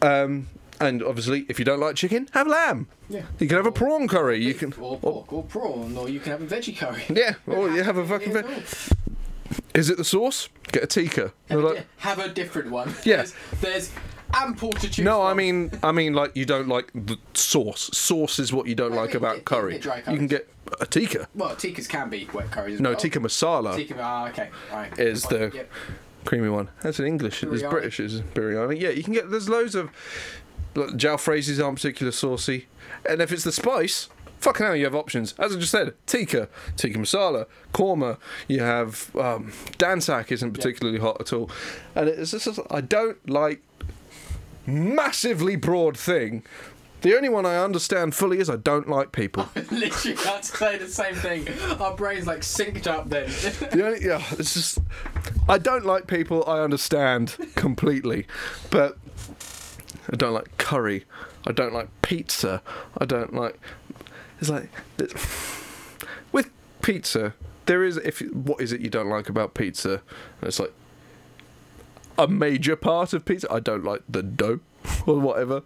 [SPEAKER 2] Um, and obviously, if you don't like chicken, have lamb.
[SPEAKER 1] Yeah.
[SPEAKER 2] You can have a prawn curry. You can, oh,
[SPEAKER 1] or pork or prawn, or you can have a veggie curry.
[SPEAKER 2] yeah, or you have a fucking.
[SPEAKER 1] Yeah,
[SPEAKER 2] Ve- is it the sauce? Get a tikka.
[SPEAKER 1] Have,
[SPEAKER 2] They're
[SPEAKER 1] a,
[SPEAKER 2] like,
[SPEAKER 1] di- have a different one.
[SPEAKER 2] Yeah.
[SPEAKER 1] There's, there's ample to choose.
[SPEAKER 2] no,
[SPEAKER 1] from.
[SPEAKER 2] I mean, I mean, like you don't like the sauce. Sauce is what you don't
[SPEAKER 1] Well,
[SPEAKER 2] like
[SPEAKER 1] you can
[SPEAKER 2] about
[SPEAKER 1] get-
[SPEAKER 2] curry.
[SPEAKER 1] you can get dry
[SPEAKER 2] You can
[SPEAKER 1] curries. Oh.
[SPEAKER 2] get a tikka.
[SPEAKER 1] Well, tikkas can be wet curries. As
[SPEAKER 2] No,
[SPEAKER 1] well.
[SPEAKER 2] tikka masala.
[SPEAKER 1] Tikka. Ah, okay. All right.
[SPEAKER 2] Is
[SPEAKER 1] Fine,
[SPEAKER 2] the-
[SPEAKER 1] yep.
[SPEAKER 2] creamy one. That's in English. It's
[SPEAKER 1] Biryani.
[SPEAKER 2] British. It's biryani. Yeah, you can get. There's loads of. Look, Jalfrezi's aren't particularly saucy, and if it's the spice, fucking hell, you have options. As I just said, tikka, tikka masala, korma. You have um, dansak isn't particularly hot at all, and it's just I don't like massively broad thing. The only one I understand fully is I don't like people.
[SPEAKER 1] Literally, I'd say the same thing. Our brains like synced up then.
[SPEAKER 2] The only, yeah, it's just I don't like people. I understand completely, but I don't like curry. I don't like pizza. I don't like. It's like it- with pizza, there is if what is it you don't like about pizza? And it's like a major part of pizza. I don't like the dough or whatever.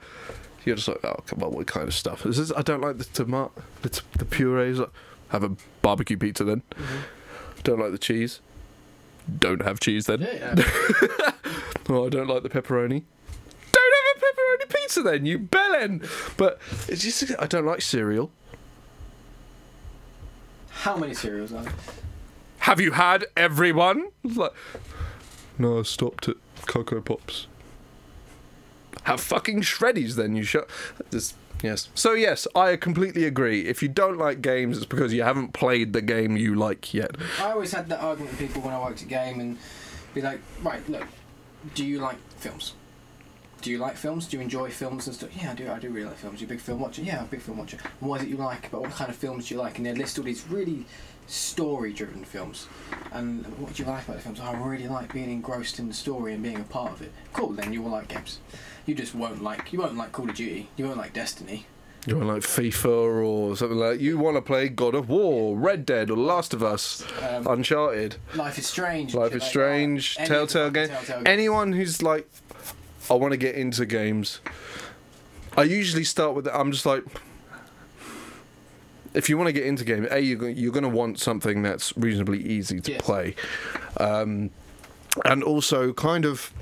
[SPEAKER 2] You're just like, oh come on, what kind of stuff? This is I don't like the tomato, the, t- the purees. Like, have a barbecue pizza then. Don't like the cheese. Don't have cheese then.
[SPEAKER 1] yeah, yeah.
[SPEAKER 2] Oh, I don't like the pepperoni. Don't have a pepperoni pizza then, you bellend. But it's just I don't like cereal.
[SPEAKER 1] How many cereals are there?
[SPEAKER 2] Have you had everyone? It's like, no, I stopped at Cocoa Pops. Have fucking Shreddies then, you shut. Just Yes. So yes, I completely agree. If you don't like games, it's because you haven't played the game you like yet.
[SPEAKER 1] I always had that argument with people when I worked at game and be like, right, look, do you like films? Do you like films? Do you enjoy films and stuff? Yeah, I do. I do really like films. You a big film watcher? Yeah, I'm a big film watcher. What is it you like? But what kind of films do you like? And they list all these really story-driven films. And what do you like about the films? "Oh, I really like being engrossed in the story and being a part of it. Cool. Then you will like games. You just won't like. You won't like Call of Duty. You won't like Destiny.
[SPEAKER 2] You want like FIFA or something like. You want to play God of War, Red Dead, or Last of Us,
[SPEAKER 1] Um,
[SPEAKER 2] Uncharted.
[SPEAKER 1] Life is strange. and
[SPEAKER 2] Life
[SPEAKER 1] shit like
[SPEAKER 2] is
[SPEAKER 1] that.
[SPEAKER 2] Strange,
[SPEAKER 1] Any of the
[SPEAKER 2] Telltale
[SPEAKER 1] fucking
[SPEAKER 2] game.
[SPEAKER 1] Telltale games.
[SPEAKER 2] Anyone who's like, I want to get into games. I usually start with I'm just like, if you want to get into games, a you're, go- you're going to want something that's reasonably easy to
[SPEAKER 4] Yes.
[SPEAKER 2] play, um, and also kind of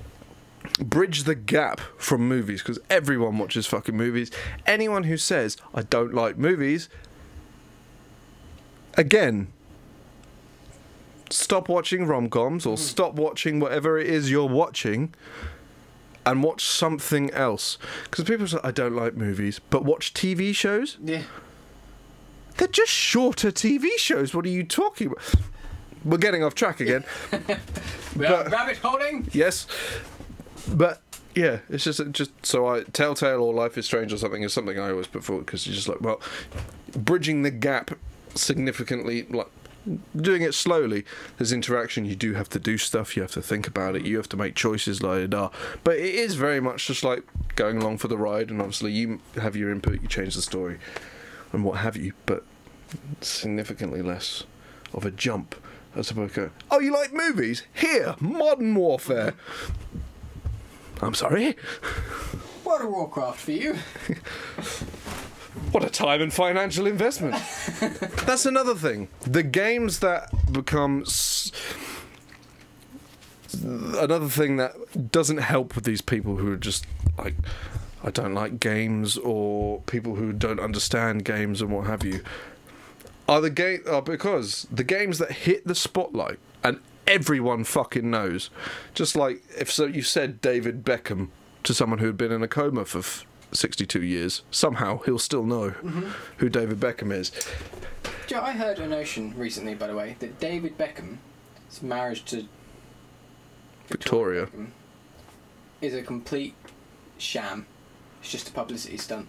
[SPEAKER 2] bridge the gap from movies because everyone watches fucking movies. Anyone who says I don't like movies, again, stop watching rom coms or stop watching whatever it is you're watching and watch something else. Because people say, I don't like movies, but watch TV shows?
[SPEAKER 1] Yeah.
[SPEAKER 2] They're just shorter TV shows. What are you talking about? We're getting off track again.
[SPEAKER 1] We are rabbit holding.
[SPEAKER 2] yes. But. Yeah, it's just just so I Telltale or Life is Strange or something is something I always put forward because you're just like well, bridging the gap significantly, like doing it slowly. There's interaction. You do have to do stuff. You have to think about it. You have to make choices. La da da. But it is very much just like going along for the ride, and obviously you have your input. You change the story, and what have you. But significantly less of a jump. As opposed to, oh, you like movies? Here, Modern Warfare. I'm sorry.
[SPEAKER 1] World of Warcraft for you.
[SPEAKER 2] What a time and financial investment. That's another thing. The games that become s- another thing that doesn't help with these people who are just like I don't like games or people who don't understand games and what have you. Are the game are because the games that hit the spotlight and everyone fucking knows. Just like if so you said David Beckham to someone who had been in a coma for f- 62 years, somehow he'll still know
[SPEAKER 1] Mm-hmm.
[SPEAKER 2] who David Beckham is.
[SPEAKER 1] Joe, I heard a notion recently, by the way, that David Beckham's marriage to
[SPEAKER 2] Victoria.
[SPEAKER 1] Beckham is a complete sham. It's just a publicity stunt.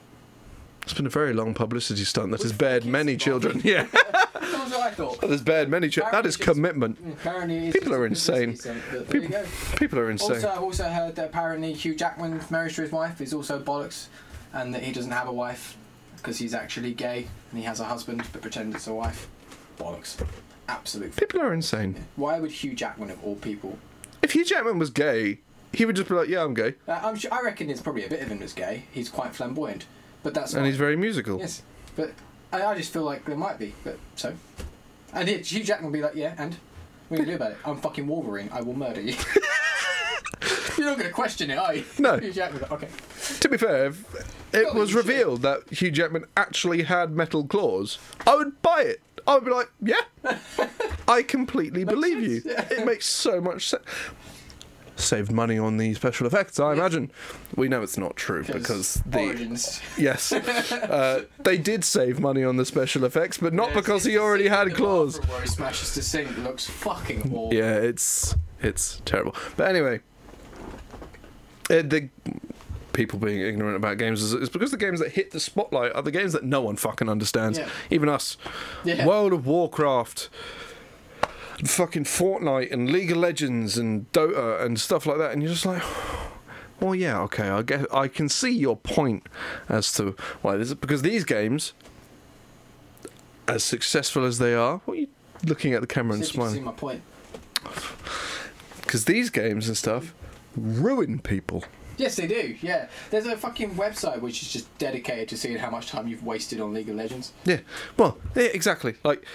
[SPEAKER 2] It's been a very long publicity stunt that has
[SPEAKER 1] With
[SPEAKER 2] bared
[SPEAKER 1] kids
[SPEAKER 2] many
[SPEAKER 1] involved.
[SPEAKER 2] children. Yeah,
[SPEAKER 1] That was what I thought.
[SPEAKER 2] that has bared many children. That is
[SPEAKER 1] Marriage is-
[SPEAKER 2] commitment.
[SPEAKER 1] Apparently, it is
[SPEAKER 2] People
[SPEAKER 1] just a
[SPEAKER 2] are insane.
[SPEAKER 1] publicity stunt, but there you
[SPEAKER 2] People-
[SPEAKER 1] go.
[SPEAKER 2] People are insane.
[SPEAKER 1] Also, I've also heard that apparently Hugh Jackman's marriage to his wife is also bollocks, and that he doesn't have a wife because he's actually gay and he has a husband but pretends it's a wife. Bollocks. Absolute. F-
[SPEAKER 2] People are insane.
[SPEAKER 1] Why would Hugh Jackman, of all people,
[SPEAKER 2] If Hugh Jackman was gay, he would just be like, "Yeah, I'm gay,"
[SPEAKER 1] Uh, I'm sure, I reckon there's probably a bit of him that's gay. He's quite flamboyant, but that's
[SPEAKER 2] and
[SPEAKER 1] why-
[SPEAKER 2] he's very musical.
[SPEAKER 1] yes. But I, I just feel like there might be, but so. And it, Hugh Jackman will be like, yeah, and what are you gonna do about it? I'm fucking Wolverine. I will murder you. You're not gonna question it, are you?
[SPEAKER 2] No.
[SPEAKER 1] Hugh Jackman. Okay.
[SPEAKER 2] To be fair, if it
[SPEAKER 1] Not that
[SPEAKER 2] was
[SPEAKER 1] you should.
[SPEAKER 2] revealed that Hugh Jackman actually had metal claws. I would buy it. I would be like, "Yeah, I completely believe you." It makes so much sense. Saved money on the special effects, I imagine. We know it's not true because the
[SPEAKER 1] origins.
[SPEAKER 2] Yes. Uh, they did save money on the special effects, but not
[SPEAKER 1] Yes,
[SPEAKER 2] Oh, because
[SPEAKER 1] it's
[SPEAKER 2] he
[SPEAKER 1] the
[SPEAKER 2] already
[SPEAKER 1] scene in
[SPEAKER 2] had
[SPEAKER 1] the
[SPEAKER 2] claws.
[SPEAKER 1] bathroom Where he smashes the sink looks fucking awful.
[SPEAKER 2] Yeah, it's it's terrible. But anyway, uh, the people being ignorant about games is it's because the games that hit the spotlight are the games that no one fucking understands,
[SPEAKER 1] Yeah.
[SPEAKER 2] even us.
[SPEAKER 1] Yeah.
[SPEAKER 2] World of Warcraft, and fucking Fortnite, and League of Legends, and Dota, and stuff like that, and you're just like. Well, yeah, okay. I guess I can see your point as to why this is because these games, as successful as they are, what are you looking at the
[SPEAKER 1] So
[SPEAKER 2] camera and
[SPEAKER 1] if you can see
[SPEAKER 2] smiling?
[SPEAKER 1] my point.
[SPEAKER 2] because these games and stuff ruin people.
[SPEAKER 1] Yes, they do. Yeah, there's a fucking website which is just dedicated to seeing how much time you've wasted on League of Legends.
[SPEAKER 2] Yeah, well, yeah, exactly. Like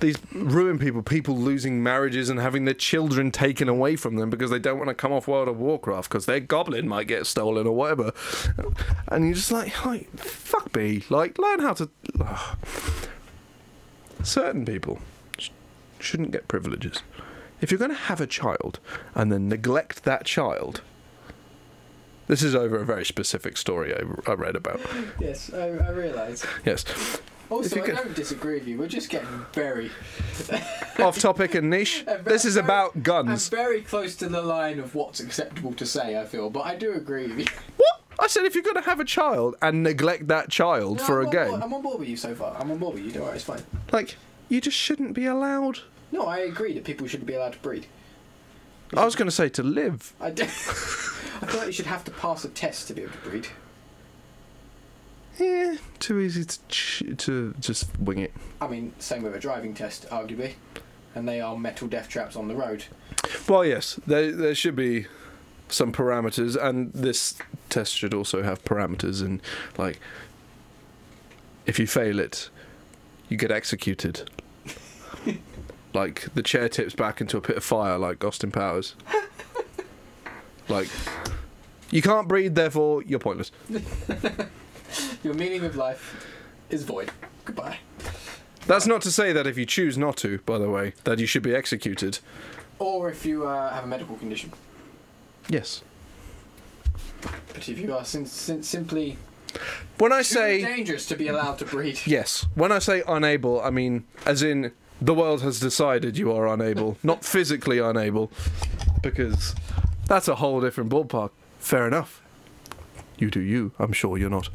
[SPEAKER 2] these ruin people, people losing marriages and having their children taken away from them because they don't want to come off World of Warcraft because their goblin might get stolen or whatever. And you're just like, like fuck me. Like, learn how to. Ugh. Certain people sh- shouldn't get privileges. If you're going to have a child and then neglect that child, This is over a very specific story I, I read about.
[SPEAKER 1] Yes, I, I realise.
[SPEAKER 2] Yes. If
[SPEAKER 1] Also,
[SPEAKER 2] you
[SPEAKER 1] I
[SPEAKER 2] could-
[SPEAKER 1] don't disagree with you. We're just getting very,
[SPEAKER 2] Off topic and niche.
[SPEAKER 1] A very-
[SPEAKER 2] This is about
[SPEAKER 1] I'm
[SPEAKER 2] guns.
[SPEAKER 1] very close to the line of what's acceptable to say. I feel, but I do agree with you.
[SPEAKER 2] What? I said if you're going to have a child and neglect that child
[SPEAKER 1] No,
[SPEAKER 2] for
[SPEAKER 1] I'm
[SPEAKER 2] a
[SPEAKER 1] on
[SPEAKER 2] game,
[SPEAKER 1] board- I'm on board with you so far. I'm on board with you. Don't worry, it's fine.
[SPEAKER 2] like, you just shouldn't be allowed.
[SPEAKER 1] No, I agree that people shouldn't be allowed to breed.
[SPEAKER 2] I was going to say to live.
[SPEAKER 1] I do. I feel like you should have to pass a test to be able to breed.
[SPEAKER 2] Yeah, Eh, too easy to ch- to just wing it.
[SPEAKER 1] I mean, same with a driving test, arguably, and they are metal death traps on the road.
[SPEAKER 2] Well, yes, there there should be some parameters, and this test should also have parameters. And like, if you fail it, you get executed. like the chair tips back into a pit of fire, like Austin Powers. like, you can't breathe, therefore you're pointless.
[SPEAKER 1] Your meaning of life is void. Goodbye.
[SPEAKER 2] That's not to say that if you choose not to, by the way, that you should be executed.
[SPEAKER 1] Or if you uh, have a medical condition,
[SPEAKER 2] Yes.
[SPEAKER 1] but if you are sin- sin- simply
[SPEAKER 2] When I
[SPEAKER 1] too
[SPEAKER 2] say
[SPEAKER 1] dangerous to be allowed to breed,
[SPEAKER 2] Yes. When I say unable, I mean as in the world has decided you are unable, not physically unable, because that's a whole different ballpark. Fair enough. You do you. I'm sure you're not.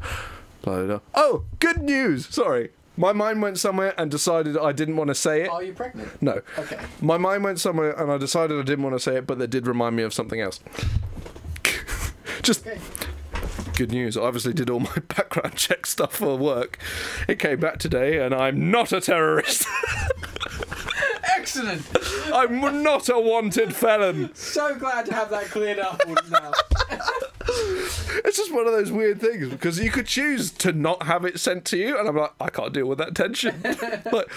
[SPEAKER 2] Blah, blah, blah. Oh, good news. Sorry. My mind went somewhere and decided I didn't want to say it.
[SPEAKER 1] are you pregnant?
[SPEAKER 2] No.
[SPEAKER 1] Okay.
[SPEAKER 2] My mind went somewhere and I decided I didn't want to say it, but that did remind me of something else. Just
[SPEAKER 1] Okay.
[SPEAKER 2] good news. I obviously did all my background check stuff for work. It came back today, and I'm not a terrorist.
[SPEAKER 1] Excellent.
[SPEAKER 2] I'm not a wanted felon.
[SPEAKER 1] So glad to have that cleared up all now.
[SPEAKER 2] It's just one of those weird things because you could choose to not have it sent to you, and I'm like, I can't deal with that tension. like,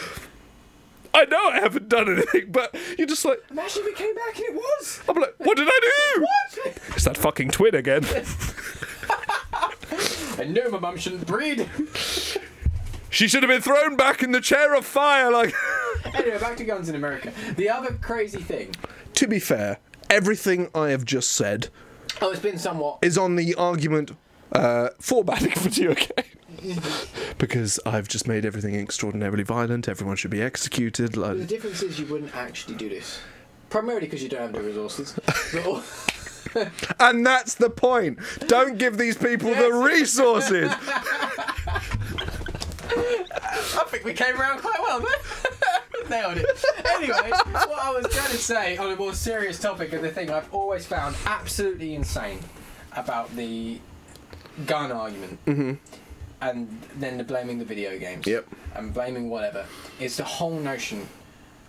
[SPEAKER 2] I know I haven't done anything, but you're just like,
[SPEAKER 1] Imagine if it came back and it was.
[SPEAKER 2] I'm like, what did I do? What? It's that fucking twin again.
[SPEAKER 1] I knew my mum shouldn't breed.
[SPEAKER 2] She should have been thrown back in the chair of fire. Like,
[SPEAKER 1] anyway, back to guns in America. The other crazy thing.
[SPEAKER 2] to be fair, everything I have just said
[SPEAKER 1] Oh, it's been somewhat.
[SPEAKER 2] is on the argument uh, for banning video games. because I've just made everything extraordinarily violent, everyone should be executed.
[SPEAKER 1] The
[SPEAKER 2] Like,
[SPEAKER 1] difference is you wouldn't actually do this. Primarily because you don't have the resources. But al-
[SPEAKER 2] and that's the point. Don't give these people the
[SPEAKER 1] Yes.
[SPEAKER 2] resources.
[SPEAKER 1] I think we came around quite well there. Nailed it. Anyway, what I was going to say on a more serious topic and the thing I've always found absolutely insane about the gun argument and then the blaming the video games
[SPEAKER 2] Mm-hmm. Yep.
[SPEAKER 1] and blaming whatever is the whole notion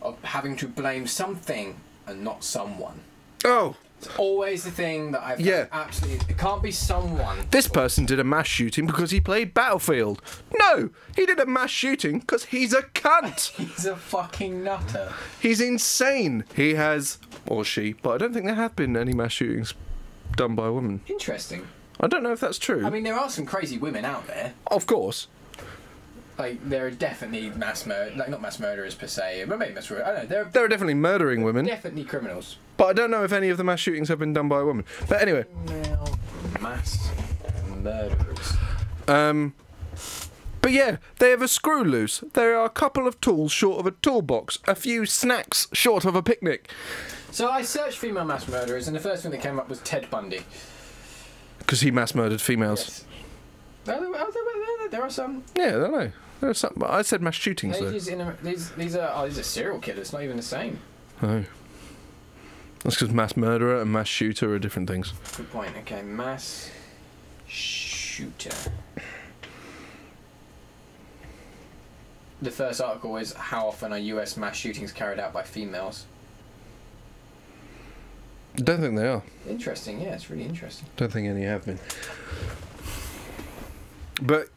[SPEAKER 1] of having to blame something and not someone.
[SPEAKER 2] oh,
[SPEAKER 1] It's always the thing that I've found
[SPEAKER 2] Yeah.
[SPEAKER 1] absolutely. It can't be someone.
[SPEAKER 2] this person did a mass shooting because he played Battlefield. No, he did a mass shooting because he's a cunt.
[SPEAKER 1] He's a fucking nutter.
[SPEAKER 2] He's insane. He has, or she, but I don't think there have been any mass shootings done by women.
[SPEAKER 1] Interesting.
[SPEAKER 2] I don't know if that's true.
[SPEAKER 1] I mean, there are some crazy women out there.
[SPEAKER 2] of course.
[SPEAKER 1] Like, there are definitely mass murder, like not mass murderers per se, but maybe mass murder. I don't know. There are
[SPEAKER 2] There are definitely murdering women,
[SPEAKER 1] definitely criminals.
[SPEAKER 2] but I don't know if any of the mass shootings have been done by a woman. But anyway,
[SPEAKER 1] Now, mass murderers.
[SPEAKER 2] um, but yeah, they have a screw loose. There are a couple of tools short of a toolbox, a few snacks short of a picnic.
[SPEAKER 1] So I searched female mass murderers, and the first thing that came up was Ted Bundy.
[SPEAKER 2] Because he mass murdered females.
[SPEAKER 1] Yes. Are there, are there, there are some.
[SPEAKER 2] Yeah, I don't know. There are some, but I said mass shootings though.
[SPEAKER 1] These, in, these, these are oh, these are serial killers. Not even the same.
[SPEAKER 2] Oh. That's because mass murderer and mass shooter are different things.
[SPEAKER 1] Good point. Okay, mass shooter. The first article is how often are U.S. mass shootings carried out by females?
[SPEAKER 2] Don't think they are.
[SPEAKER 1] Interesting. Yeah, it's really interesting.
[SPEAKER 2] Don't think any have been. But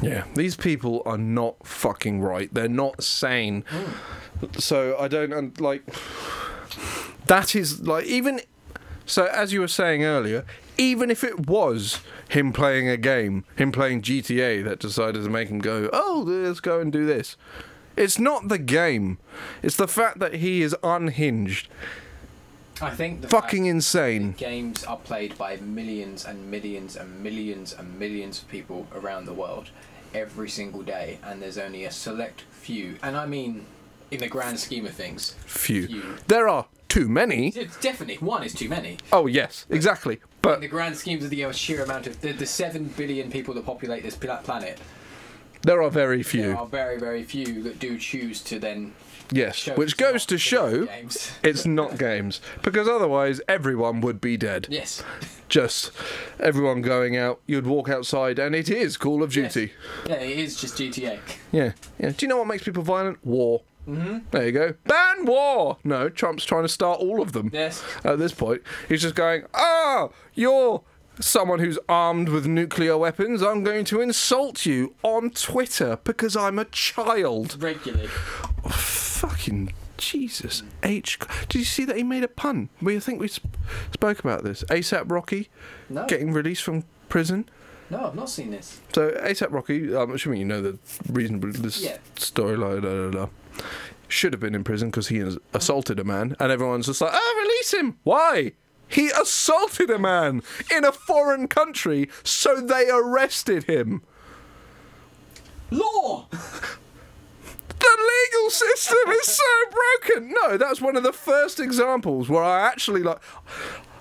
[SPEAKER 2] yeah, these people are not fucking right. They're not sane. So I don't un- like. That is like even. So as you were saying earlier, even if it was him playing a game, him playing GTA, that decided to make him go, oh, let's go and do this. It's not the game. It's the fact that he is unhinged.
[SPEAKER 1] I think the fact
[SPEAKER 2] Fucking insane.
[SPEAKER 1] that games are played by millions and millions and millions and millions of people around the world every single day, and there's only a select few, and I mean, in the grand scheme of things,
[SPEAKER 2] Few.
[SPEAKER 1] few.
[SPEAKER 2] There are too many.
[SPEAKER 1] It's definitely one is too many.
[SPEAKER 2] Oh yes, exactly.
[SPEAKER 1] In
[SPEAKER 2] But
[SPEAKER 1] the grand schemes of the sheer amount of the, the seven billion people that populate this pla- planet,
[SPEAKER 2] there are very
[SPEAKER 1] there are
[SPEAKER 2] few.
[SPEAKER 1] very very few that do choose to then.
[SPEAKER 2] Yes,
[SPEAKER 1] show
[SPEAKER 2] which
[SPEAKER 1] it's not
[SPEAKER 2] goes to
[SPEAKER 1] video
[SPEAKER 2] show
[SPEAKER 1] games.
[SPEAKER 2] it's not games because otherwise everyone would be dead.
[SPEAKER 1] Yes.
[SPEAKER 2] Just everyone going out, you'd walk outside, and it is Call of Duty.
[SPEAKER 1] Yeah, it is just GTA.
[SPEAKER 2] Yeah. Yeah. Do you know what makes people violent? War. Mm-hmm. There you go. Ban war. No, Trump's trying to start all of them.
[SPEAKER 1] Yes.
[SPEAKER 2] At this point, he's just going, "Ah, you're someone who's armed with nuclear weapons. I'm going to insult you on Twitter because I'm a child."
[SPEAKER 1] Regularly.
[SPEAKER 2] Fucking Jesus H. Did you see that he made a pun? We I think we sp- spoke about this. ASAP Rocky
[SPEAKER 1] No.
[SPEAKER 2] getting released from prison.
[SPEAKER 1] No, I've not seen this.
[SPEAKER 2] So ASAP Rocky, I'm assuming you know the reason for this
[SPEAKER 1] Yeah.
[SPEAKER 2] storyline. Blah, blah, blah, should have been in prison because he has assaulted a man, and everyone's just like, "Oh, release him! Why? He assaulted a man in a foreign country, so they arrested him."
[SPEAKER 1] Law!
[SPEAKER 2] The legal system is so broken. No, that's one of the first examples where I actually like.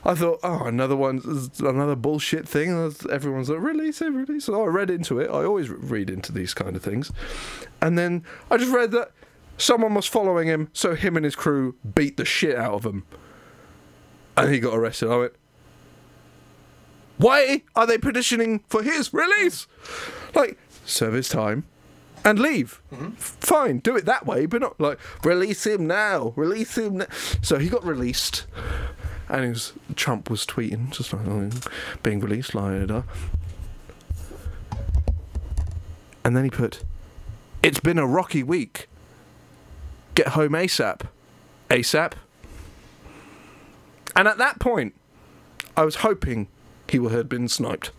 [SPEAKER 2] I thought, oh, another one, another bullshit thing. Everyone's like, release it, release it. Oh, I read into it. I always read into these kind of things, and then I just read that someone was following him, so him and his crew beat the shit out of him, and he got arrested. I went, why are they petitioning for his release? Like, serve his time and leave. F- Fine, do it that way, but not like, release him now, release him now. So he got released, and he was, Trump was tweeting, just like, oh, being released, la da da. And then he put, it's been a rocky week. Get home ASAP. ASAP. And at that point, I was hoping he would have been sniped.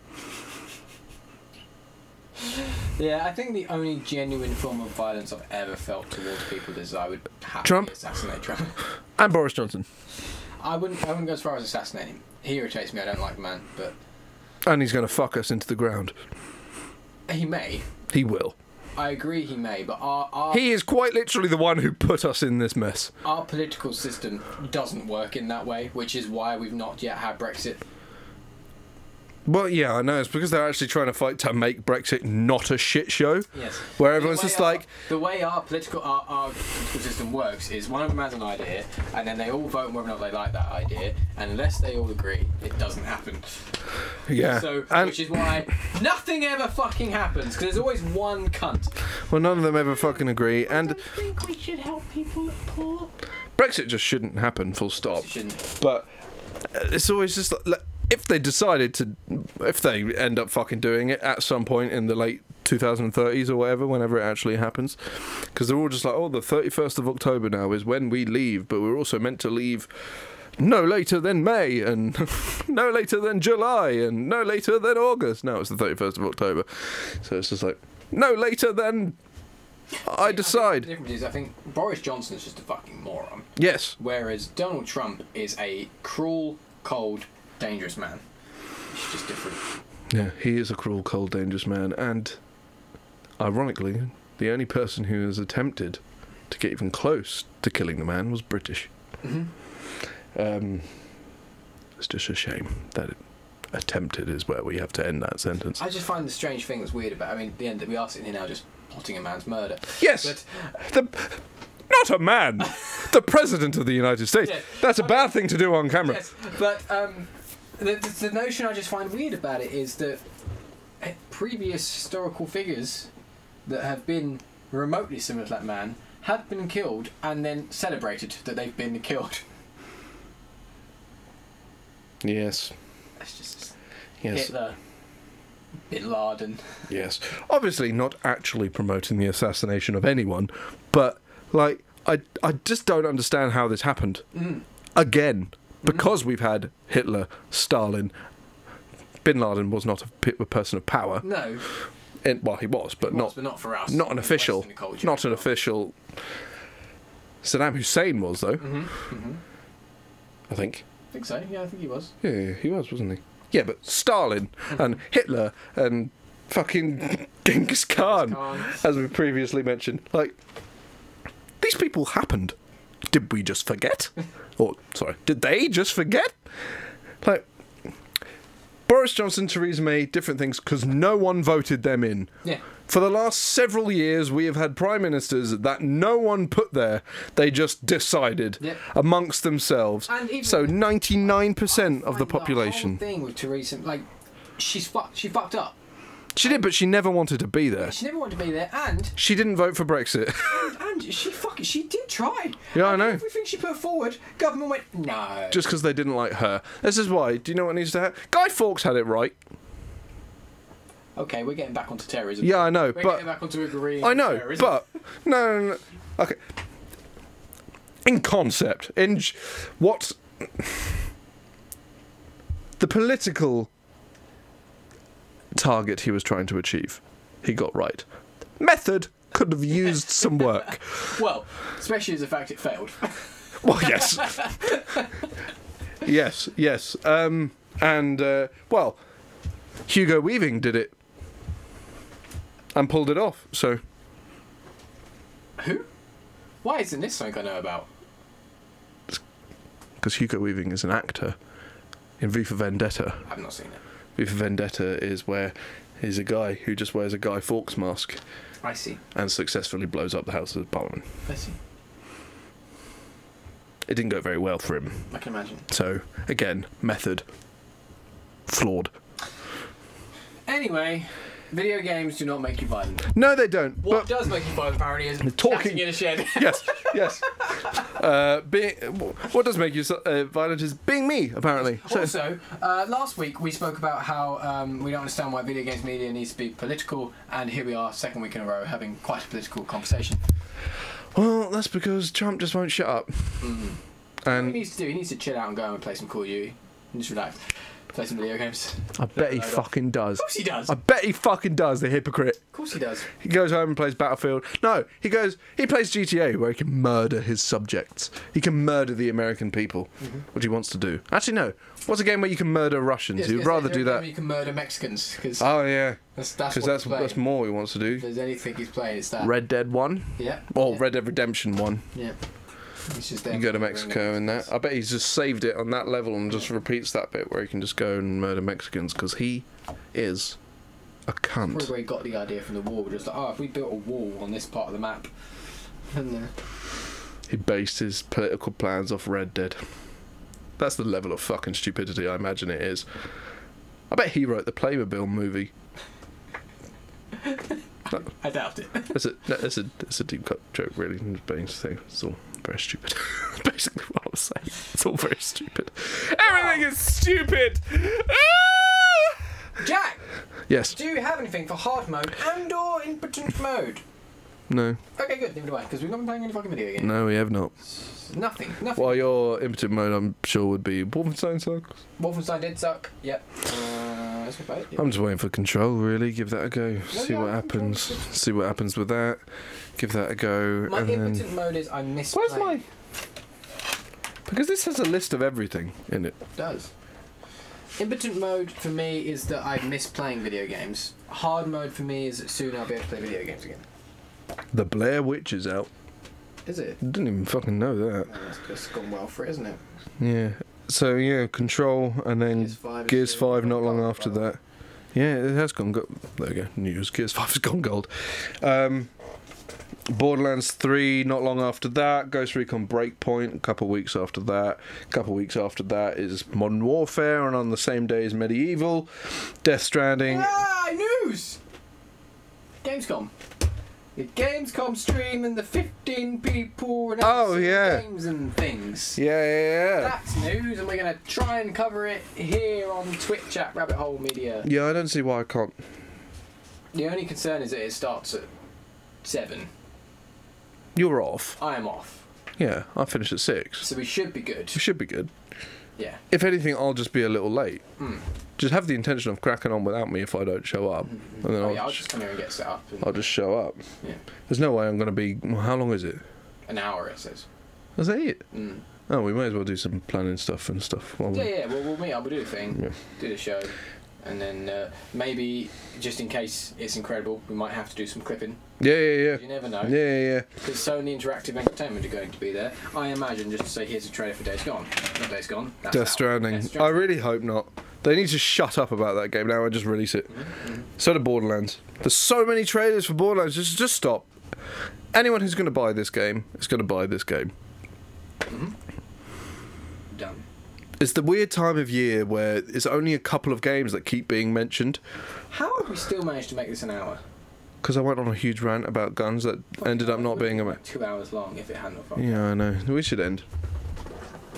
[SPEAKER 1] Yeah, I think the only genuine form of violence I've ever felt towards people is I would happily
[SPEAKER 2] Trump?
[SPEAKER 1] assassinate Trump.
[SPEAKER 2] And Boris Johnson.
[SPEAKER 1] I wouldn't, I wouldn't go as far as assassinating him. He irritates me, I don't like the man, but
[SPEAKER 2] And he's going to fuck us into the ground.
[SPEAKER 1] he may.
[SPEAKER 2] He will.
[SPEAKER 1] I agree he may, but our, our,
[SPEAKER 2] He is quite literally the one who put us in this mess.
[SPEAKER 1] our political system doesn't work in that way, which is why we've not yet had Brexit.
[SPEAKER 2] Well, yeah, I know. It's because they're actually trying to fight to make Brexit not a shit show.
[SPEAKER 1] Yes.
[SPEAKER 2] Where
[SPEAKER 1] The
[SPEAKER 2] everyone's
[SPEAKER 1] way
[SPEAKER 2] just
[SPEAKER 5] uh,
[SPEAKER 1] our-
[SPEAKER 2] like,
[SPEAKER 1] the way our political our, our political system works is one of them has an idea, and then they all vote whether or not they like that idea. And unless they all agree, it doesn't happen.
[SPEAKER 2] yeah.
[SPEAKER 1] So,
[SPEAKER 2] and,
[SPEAKER 1] which is why nothing ever fucking happens because there's always one cunt.
[SPEAKER 2] well, none of them ever fucking agree. And
[SPEAKER 5] think we should help people at port.
[SPEAKER 2] Brexit just shouldn't happen, full
[SPEAKER 1] It
[SPEAKER 2] stop.
[SPEAKER 1] shouldn't.
[SPEAKER 2] But uh, it's always just like, like, if they decided to, if they end up fucking doing it at some point in the late 2030s or whatever, whenever it actually happens, because they're all just like, oh, the 31st of October now is when we leave, but we're also meant to leave no later than May and no later than July and no later than August. Now it's the 31st of October, so it's just like no later than I
[SPEAKER 1] The
[SPEAKER 2] decide.
[SPEAKER 1] difference is, I think Boris Johnson's just a fucking moron,
[SPEAKER 2] Yes,
[SPEAKER 1] whereas Donald Trump is a cruel, cold, dangerous man. It's just different.
[SPEAKER 2] Yeah, he is a cruel, cold, dangerous man, and ironically, the only person who has attempted to get even close to killing the man was British. Um, it's just a shame that it attempted is where we have to end that sentence.
[SPEAKER 1] I just find the strange thing that's weird about. I mean, at the end that we are sitting here now just plotting a man's murder.
[SPEAKER 2] yes,
[SPEAKER 1] But
[SPEAKER 2] the not a man, the president of the United States.
[SPEAKER 1] Yes.
[SPEAKER 2] That's a bad thing to do on camera.
[SPEAKER 1] yes, but um, the, the, the notion I just find weird about it is that uh, previous historical figures that have been remotely similar to that man have been killed and then celebrated that they've been killed.
[SPEAKER 2] yes,
[SPEAKER 1] That's just uh,
[SPEAKER 2] yes.
[SPEAKER 1] Hitler, Bin Laden.
[SPEAKER 2] Yes. Obviously, not actually promoting the assassination of anyone, but like, I, I just don't understand how this happened.
[SPEAKER 1] Mm.
[SPEAKER 2] Again,
[SPEAKER 1] Mm-hmm.
[SPEAKER 2] because we've had Hitler, Stalin, Bin Laden was not a, pe- a person of power.
[SPEAKER 1] No,
[SPEAKER 2] And, well, he was, but
[SPEAKER 1] not,
[SPEAKER 2] not
[SPEAKER 1] but not for us.
[SPEAKER 2] not an
[SPEAKER 1] in
[SPEAKER 2] official.
[SPEAKER 1] Western culture.
[SPEAKER 2] Not an
[SPEAKER 1] Mm-hmm,
[SPEAKER 2] official. Saddam Hussein was though. I think.
[SPEAKER 1] I think so. Yeah, I think he was.
[SPEAKER 2] Yeah, yeah, he was, wasn't he? Yeah, but Stalin
[SPEAKER 1] Mm-hmm.
[SPEAKER 2] and Hitler and fucking Genghis Khan,
[SPEAKER 1] Khan.
[SPEAKER 2] as we previously mentioned. Like, these people happened. Did we just forget? or, sorry, did they just forget? Like, Boris Johnson, Theresa May, different things, because no one voted them in.
[SPEAKER 1] Yeah.
[SPEAKER 2] For the last several years, we have had prime ministers that no one put there. They just decided
[SPEAKER 1] Yep.
[SPEAKER 2] amongst themselves.
[SPEAKER 1] And even-
[SPEAKER 2] so
[SPEAKER 1] Like,
[SPEAKER 2] 99% of the
[SPEAKER 1] whole
[SPEAKER 2] population.
[SPEAKER 1] thing with Theresa, like she's fucked. She fucked up.
[SPEAKER 2] she did, but she never wanted to be there.
[SPEAKER 1] She never wanted to be there, and
[SPEAKER 2] She didn't vote for Brexit.
[SPEAKER 1] and she fucking she did try.
[SPEAKER 2] Yeah, I
[SPEAKER 1] And
[SPEAKER 2] know.
[SPEAKER 1] Everything she put forward, government went no.
[SPEAKER 2] just because they didn't like her. This is why. Do you know what needs to happen? Guy Fawkes had it right.
[SPEAKER 1] Okay, we're getting back onto terrorism.
[SPEAKER 2] Yeah, I know,
[SPEAKER 1] we're
[SPEAKER 2] but
[SPEAKER 1] getting back onto agreeing.
[SPEAKER 2] I
[SPEAKER 1] with
[SPEAKER 2] know,
[SPEAKER 1] terrorism.
[SPEAKER 2] but no, no, no, okay. In concept, in j- what the political target he was trying to achieve, he got right. Method could have used some work.
[SPEAKER 1] well, especially as a fact it failed.
[SPEAKER 2] Well, yes, yes, yes. Um, and uh, well, Hugo Weaving did it and pulled it off. So
[SPEAKER 1] Who? Why isn't this something I know about?
[SPEAKER 2] because Hugo Weaving is an actor in V for Vendetta.
[SPEAKER 1] I've not seen it.
[SPEAKER 2] V for Vendetta is where he's a guy who just wears a Guy Fawkes mask
[SPEAKER 1] I see.
[SPEAKER 2] and successfully blows up the House of Parliament.
[SPEAKER 1] I see.
[SPEAKER 2] It didn't go very well for him.
[SPEAKER 1] I can imagine.
[SPEAKER 2] So again, method flawed.
[SPEAKER 1] Anyway, video games do not make you violent.
[SPEAKER 2] No, they don't.
[SPEAKER 1] What
[SPEAKER 2] but
[SPEAKER 1] does make you violent apparently is
[SPEAKER 2] Talking-
[SPEAKER 1] talking in a shed.
[SPEAKER 2] yes, yes. Uh, being, what does make you so, uh, violent is being me, apparently. So,
[SPEAKER 1] Also, uh, last week we spoke about how um, we don't understand why video games media needs to be political, and here we are, second week in a row, having quite a political conversation.
[SPEAKER 2] well, that's because Trump just won't shut up.
[SPEAKER 1] Mm-hmm. What he
[SPEAKER 2] And
[SPEAKER 1] needs to do, he needs to chill out and go home and play some Call of Duty and just relax, play some video games. Of
[SPEAKER 2] I bet he fucking does.
[SPEAKER 1] course he does.
[SPEAKER 2] I
[SPEAKER 1] Of
[SPEAKER 2] bet he fucking does, the hypocrite.
[SPEAKER 1] course he does.
[SPEAKER 2] He goes home and plays Battlefield. No, he goes. He plays GTA, where he can murder his subjects. He can murder the American people,
[SPEAKER 1] Mm-hmm.
[SPEAKER 2] which he wants to do. Actually, no. What's a game where you can murder Russians?
[SPEAKER 1] Yes,
[SPEAKER 2] He'd
[SPEAKER 1] yes,
[SPEAKER 2] rather
[SPEAKER 1] there
[SPEAKER 2] do
[SPEAKER 1] are
[SPEAKER 2] that.
[SPEAKER 1] people You can murder Mexicans because
[SPEAKER 2] Oh yeah,
[SPEAKER 1] that's that's,
[SPEAKER 2] because
[SPEAKER 1] what
[SPEAKER 2] that's
[SPEAKER 1] he's playing.
[SPEAKER 2] that's more he wants to
[SPEAKER 1] If
[SPEAKER 2] do.
[SPEAKER 1] there's anything he's playing, it's that.
[SPEAKER 2] Red Dead One
[SPEAKER 1] Yeah.
[SPEAKER 2] or
[SPEAKER 1] yeah,
[SPEAKER 2] Red Dead Redemption One.
[SPEAKER 1] Yeah. It's just
[SPEAKER 2] You
[SPEAKER 1] them
[SPEAKER 2] go to
[SPEAKER 1] murdering
[SPEAKER 2] Mexico and that. I bet he's just saved it on that level and just repeats that bit where he can just go and murder Mexicans because he is a
[SPEAKER 1] Probably
[SPEAKER 2] cunt.
[SPEAKER 1] where he got the idea from the wall. Just like, oh, if we built a wall on this part of the map, and uh,
[SPEAKER 2] He based his political plans off Red Dead. That's the level of fucking stupidity I imagine it is. I bet he wrote the Playmobil movie.
[SPEAKER 1] I doubt it.
[SPEAKER 2] That's a that's a that's a deep cut joke, really. in the Being thing, it's all very stupid. That's Basically, what I was saying. It's all very stupid. Everything is stupid. Ah!
[SPEAKER 1] Jack,
[SPEAKER 2] Yes.
[SPEAKER 1] do you have anything for hard mode and/or impotent mode?
[SPEAKER 2] No.
[SPEAKER 1] Okay, good. Leave it away because we've not been playing any fucking video games.
[SPEAKER 2] No, we have not.
[SPEAKER 1] Nothing. Nothing.
[SPEAKER 2] Well, your impotent mode, I'm sure, would be Wolfenstein sucks.
[SPEAKER 1] Wolfenstein did suck. Yep. Uh, let's go play it.
[SPEAKER 2] I'm just waiting for control, really. Give that a go. See
[SPEAKER 1] yeah,
[SPEAKER 2] what
[SPEAKER 1] I think
[SPEAKER 2] happens. See what happens with that. Give that a go.
[SPEAKER 1] My
[SPEAKER 2] and
[SPEAKER 1] impotent
[SPEAKER 2] then...
[SPEAKER 1] mode is I miss.
[SPEAKER 2] Where's
[SPEAKER 1] playing.
[SPEAKER 2] my. Because this has a list of everything in it.
[SPEAKER 1] Does. Impotent mode for me is that I miss playing video games. Hard mode for me is that soon I'll be able to play video games again.
[SPEAKER 2] The Blair Witch is out.
[SPEAKER 1] Is it?
[SPEAKER 2] Didn't even fucking know that.
[SPEAKER 1] Oh, that's just gone well for it, isn't it?
[SPEAKER 2] Yeah. So, yeah, control and then
[SPEAKER 1] Gears 5 is
[SPEAKER 2] Gears
[SPEAKER 1] soon.
[SPEAKER 2] 5 not long
[SPEAKER 1] Gone
[SPEAKER 2] after
[SPEAKER 1] well.
[SPEAKER 2] that. Yeah, it has gone gold. There we go. News. Gears 5 has gone gold. Um, Borderlands 3 not long after that. Ghost Recon Breakpoint a couple weeks after that. A couple weeks after that is Modern Warfare, and on the same day is Medieval. Death Stranding.
[SPEAKER 1] Ah, news! Gamescom. The Gamescom stream and the 15 people announcing
[SPEAKER 2] Oh, yeah.
[SPEAKER 1] games and things.
[SPEAKER 2] Yeah, yeah, yeah.
[SPEAKER 1] That's news, and we're going to try and cover it here on Twitch at Rabbit Hole Media.
[SPEAKER 2] Yeah, I don't see why I can't.
[SPEAKER 1] The only concern is that it starts at 7.
[SPEAKER 2] You're off.
[SPEAKER 1] I am off,
[SPEAKER 2] Yeah, I finished at 6.
[SPEAKER 1] so we should be good.
[SPEAKER 2] You should be good.
[SPEAKER 1] Yeah.
[SPEAKER 2] if anything, I'll just be a little late.
[SPEAKER 1] Mm.
[SPEAKER 2] Just have the intention of cracking on without me if I don't show up, and then
[SPEAKER 1] Oh,
[SPEAKER 2] I'll,
[SPEAKER 1] yeah, I'll
[SPEAKER 2] just,
[SPEAKER 1] just come here and get set up in
[SPEAKER 2] I'll just show up.
[SPEAKER 1] Yeah.
[SPEAKER 2] There's no way I'm going to be. Well, how long is it?
[SPEAKER 1] an hour, it says.
[SPEAKER 2] Is that it?
[SPEAKER 1] Mm.
[SPEAKER 2] Oh, we might as well do some planning stuff and stuff. While
[SPEAKER 6] Yeah,
[SPEAKER 2] we...
[SPEAKER 6] yeah. Well, we'll meet up. We'll do the thing,
[SPEAKER 2] Yeah.
[SPEAKER 6] do the show, and then uh, maybe just in case it's incredible, we might have to do some clipping.
[SPEAKER 2] yeah, yeah,
[SPEAKER 6] You never
[SPEAKER 2] yeah,
[SPEAKER 6] know.
[SPEAKER 2] yeah, yeah.
[SPEAKER 6] Because Sony Interactive Entertainment are going to be there. I imagine just to say, here's a trailer for Days Gone. Not Days Gone. That's
[SPEAKER 2] Death
[SPEAKER 6] out.
[SPEAKER 2] Stranding.
[SPEAKER 6] Death
[SPEAKER 2] I
[SPEAKER 6] Stranding.
[SPEAKER 2] really hope not. They need to shut up about that game now and just release it.
[SPEAKER 6] Mm-hmm.
[SPEAKER 2] So do Borderlands. There's so many trailers for Borderlands. Just, just stop. Anyone who's going to buy this game is going to buy this game.
[SPEAKER 6] Done.
[SPEAKER 2] It's the weird time of year where it's only a couple of games that keep being mentioned.
[SPEAKER 6] How have we still managed to make this an hour?
[SPEAKER 2] Because I went on a huge rant about guns that ended up not being a. ma-
[SPEAKER 6] Two hours long if it hadn't have fucked.
[SPEAKER 2] Yeah, I know. We should end.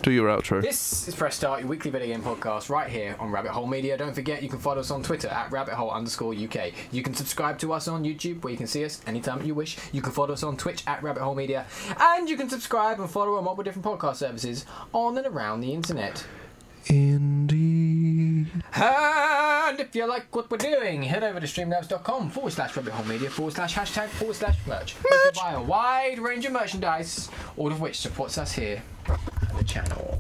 [SPEAKER 2] Do your outro.
[SPEAKER 1] This is Press Start, your weekly video game podcast, right here on Rabbit Hole Media. Don't forget, you can follow us on Twitter at rabbit hole underscore UK. You can subscribe to us on YouTube, where you can see us anytime you wish. You can follow us on Twitch at rabbit hole media. And you can subscribe and follow on multiple different podcast services on and around the internet.
[SPEAKER 2] Indeed.
[SPEAKER 1] And if you like what we're doing, head over to streamlabs.com forward slash rabbit hole media forward slash hashtag forward slash merch. You can buy a wide range of merchandise, all of which supports us here on the channel.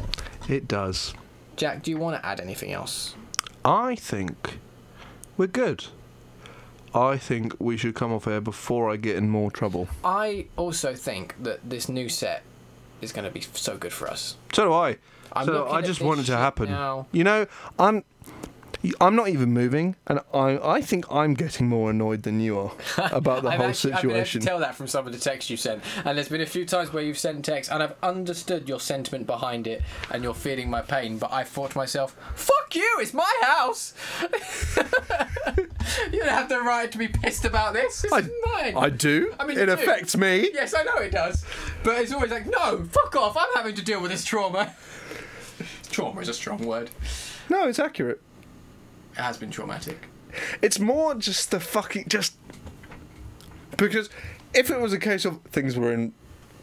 [SPEAKER 2] It does.
[SPEAKER 1] Jack, do you want to add anything else?
[SPEAKER 2] I think we're good. I think we should come off air before I get in more trouble.
[SPEAKER 1] I also think that this new set is going to be so good for us.
[SPEAKER 2] So do I.
[SPEAKER 1] I'm
[SPEAKER 2] so
[SPEAKER 1] looking
[SPEAKER 2] I
[SPEAKER 1] at
[SPEAKER 2] just
[SPEAKER 1] this
[SPEAKER 2] want it to
[SPEAKER 1] shit
[SPEAKER 2] happen.
[SPEAKER 1] now.
[SPEAKER 2] You know, I'm I'm not even moving, and I I think I'm getting more annoyed than you are about the
[SPEAKER 1] I've actually, I've been
[SPEAKER 2] whole
[SPEAKER 1] able to
[SPEAKER 2] situation.
[SPEAKER 1] tell that from some of the texts you sent, and there's been a few times where you've sent texts, and I've understood your sentiment behind it, and you're feeling my pain. But I thought to myself, "Fuck you! It's my house. you don't have the right to be pissed about this. This
[SPEAKER 2] I,
[SPEAKER 1] is mine."
[SPEAKER 2] I do.
[SPEAKER 1] I mean,
[SPEAKER 2] it
[SPEAKER 1] you do.
[SPEAKER 2] affects me.
[SPEAKER 1] Yes, I know it does, but it's always like, "No, fuck off! I'm having to deal with this trauma." trauma is a strong word.
[SPEAKER 2] No, it's accurate.
[SPEAKER 1] It has been traumatic.
[SPEAKER 2] It's more just the fucking just because if it was a case of things were in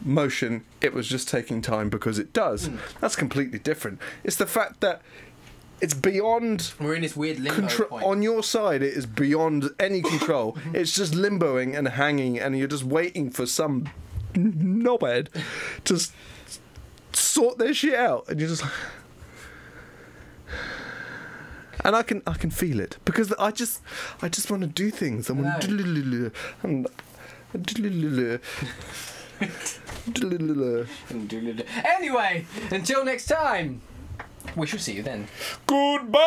[SPEAKER 2] motion, it was just taking time because it does. That's completely different. It's the fact that it's beyond
[SPEAKER 1] We're in this weird limbo
[SPEAKER 2] control
[SPEAKER 1] point.
[SPEAKER 2] on your side. It is beyond any control. it's just limboing and hanging, and you're just waiting for some n- knobhead to s- sort their shit out, and you're just like. And I can I can feel it because I just I just want to do things. I want to and
[SPEAKER 1] Anyway, until next time, we shall see you then.
[SPEAKER 2] goodbye.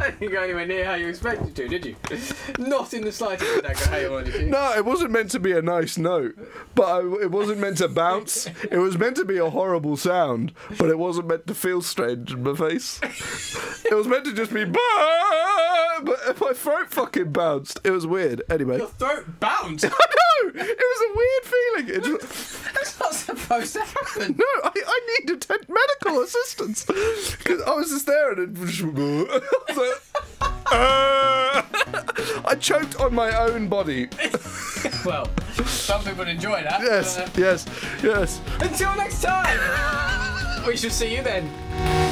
[SPEAKER 1] I didn't go anywhere near how you expected to, did you? Not in the slightest did that go how you wanted to.
[SPEAKER 2] No, it wasn't meant to be a nice note, but I, it wasn't meant to bounce. It was meant to be a horrible sound, but it wasn't meant to feel strange in my face. It was meant to just be, "Bah!" but my throat fucking bounced. It was weird. Anyway,
[SPEAKER 1] Your throat bounced.
[SPEAKER 2] I know it was a weird feeling. It just,
[SPEAKER 1] That's not supposed to happen.
[SPEAKER 2] no, I, I needed te- medical assistance 'Cause I was just there and it was like, "Ah." I choked on my own body.
[SPEAKER 1] Well, some people enjoy that.
[SPEAKER 2] Yes,
[SPEAKER 1] Uh,
[SPEAKER 2] yes, yes.
[SPEAKER 1] until next time, we shall see you then.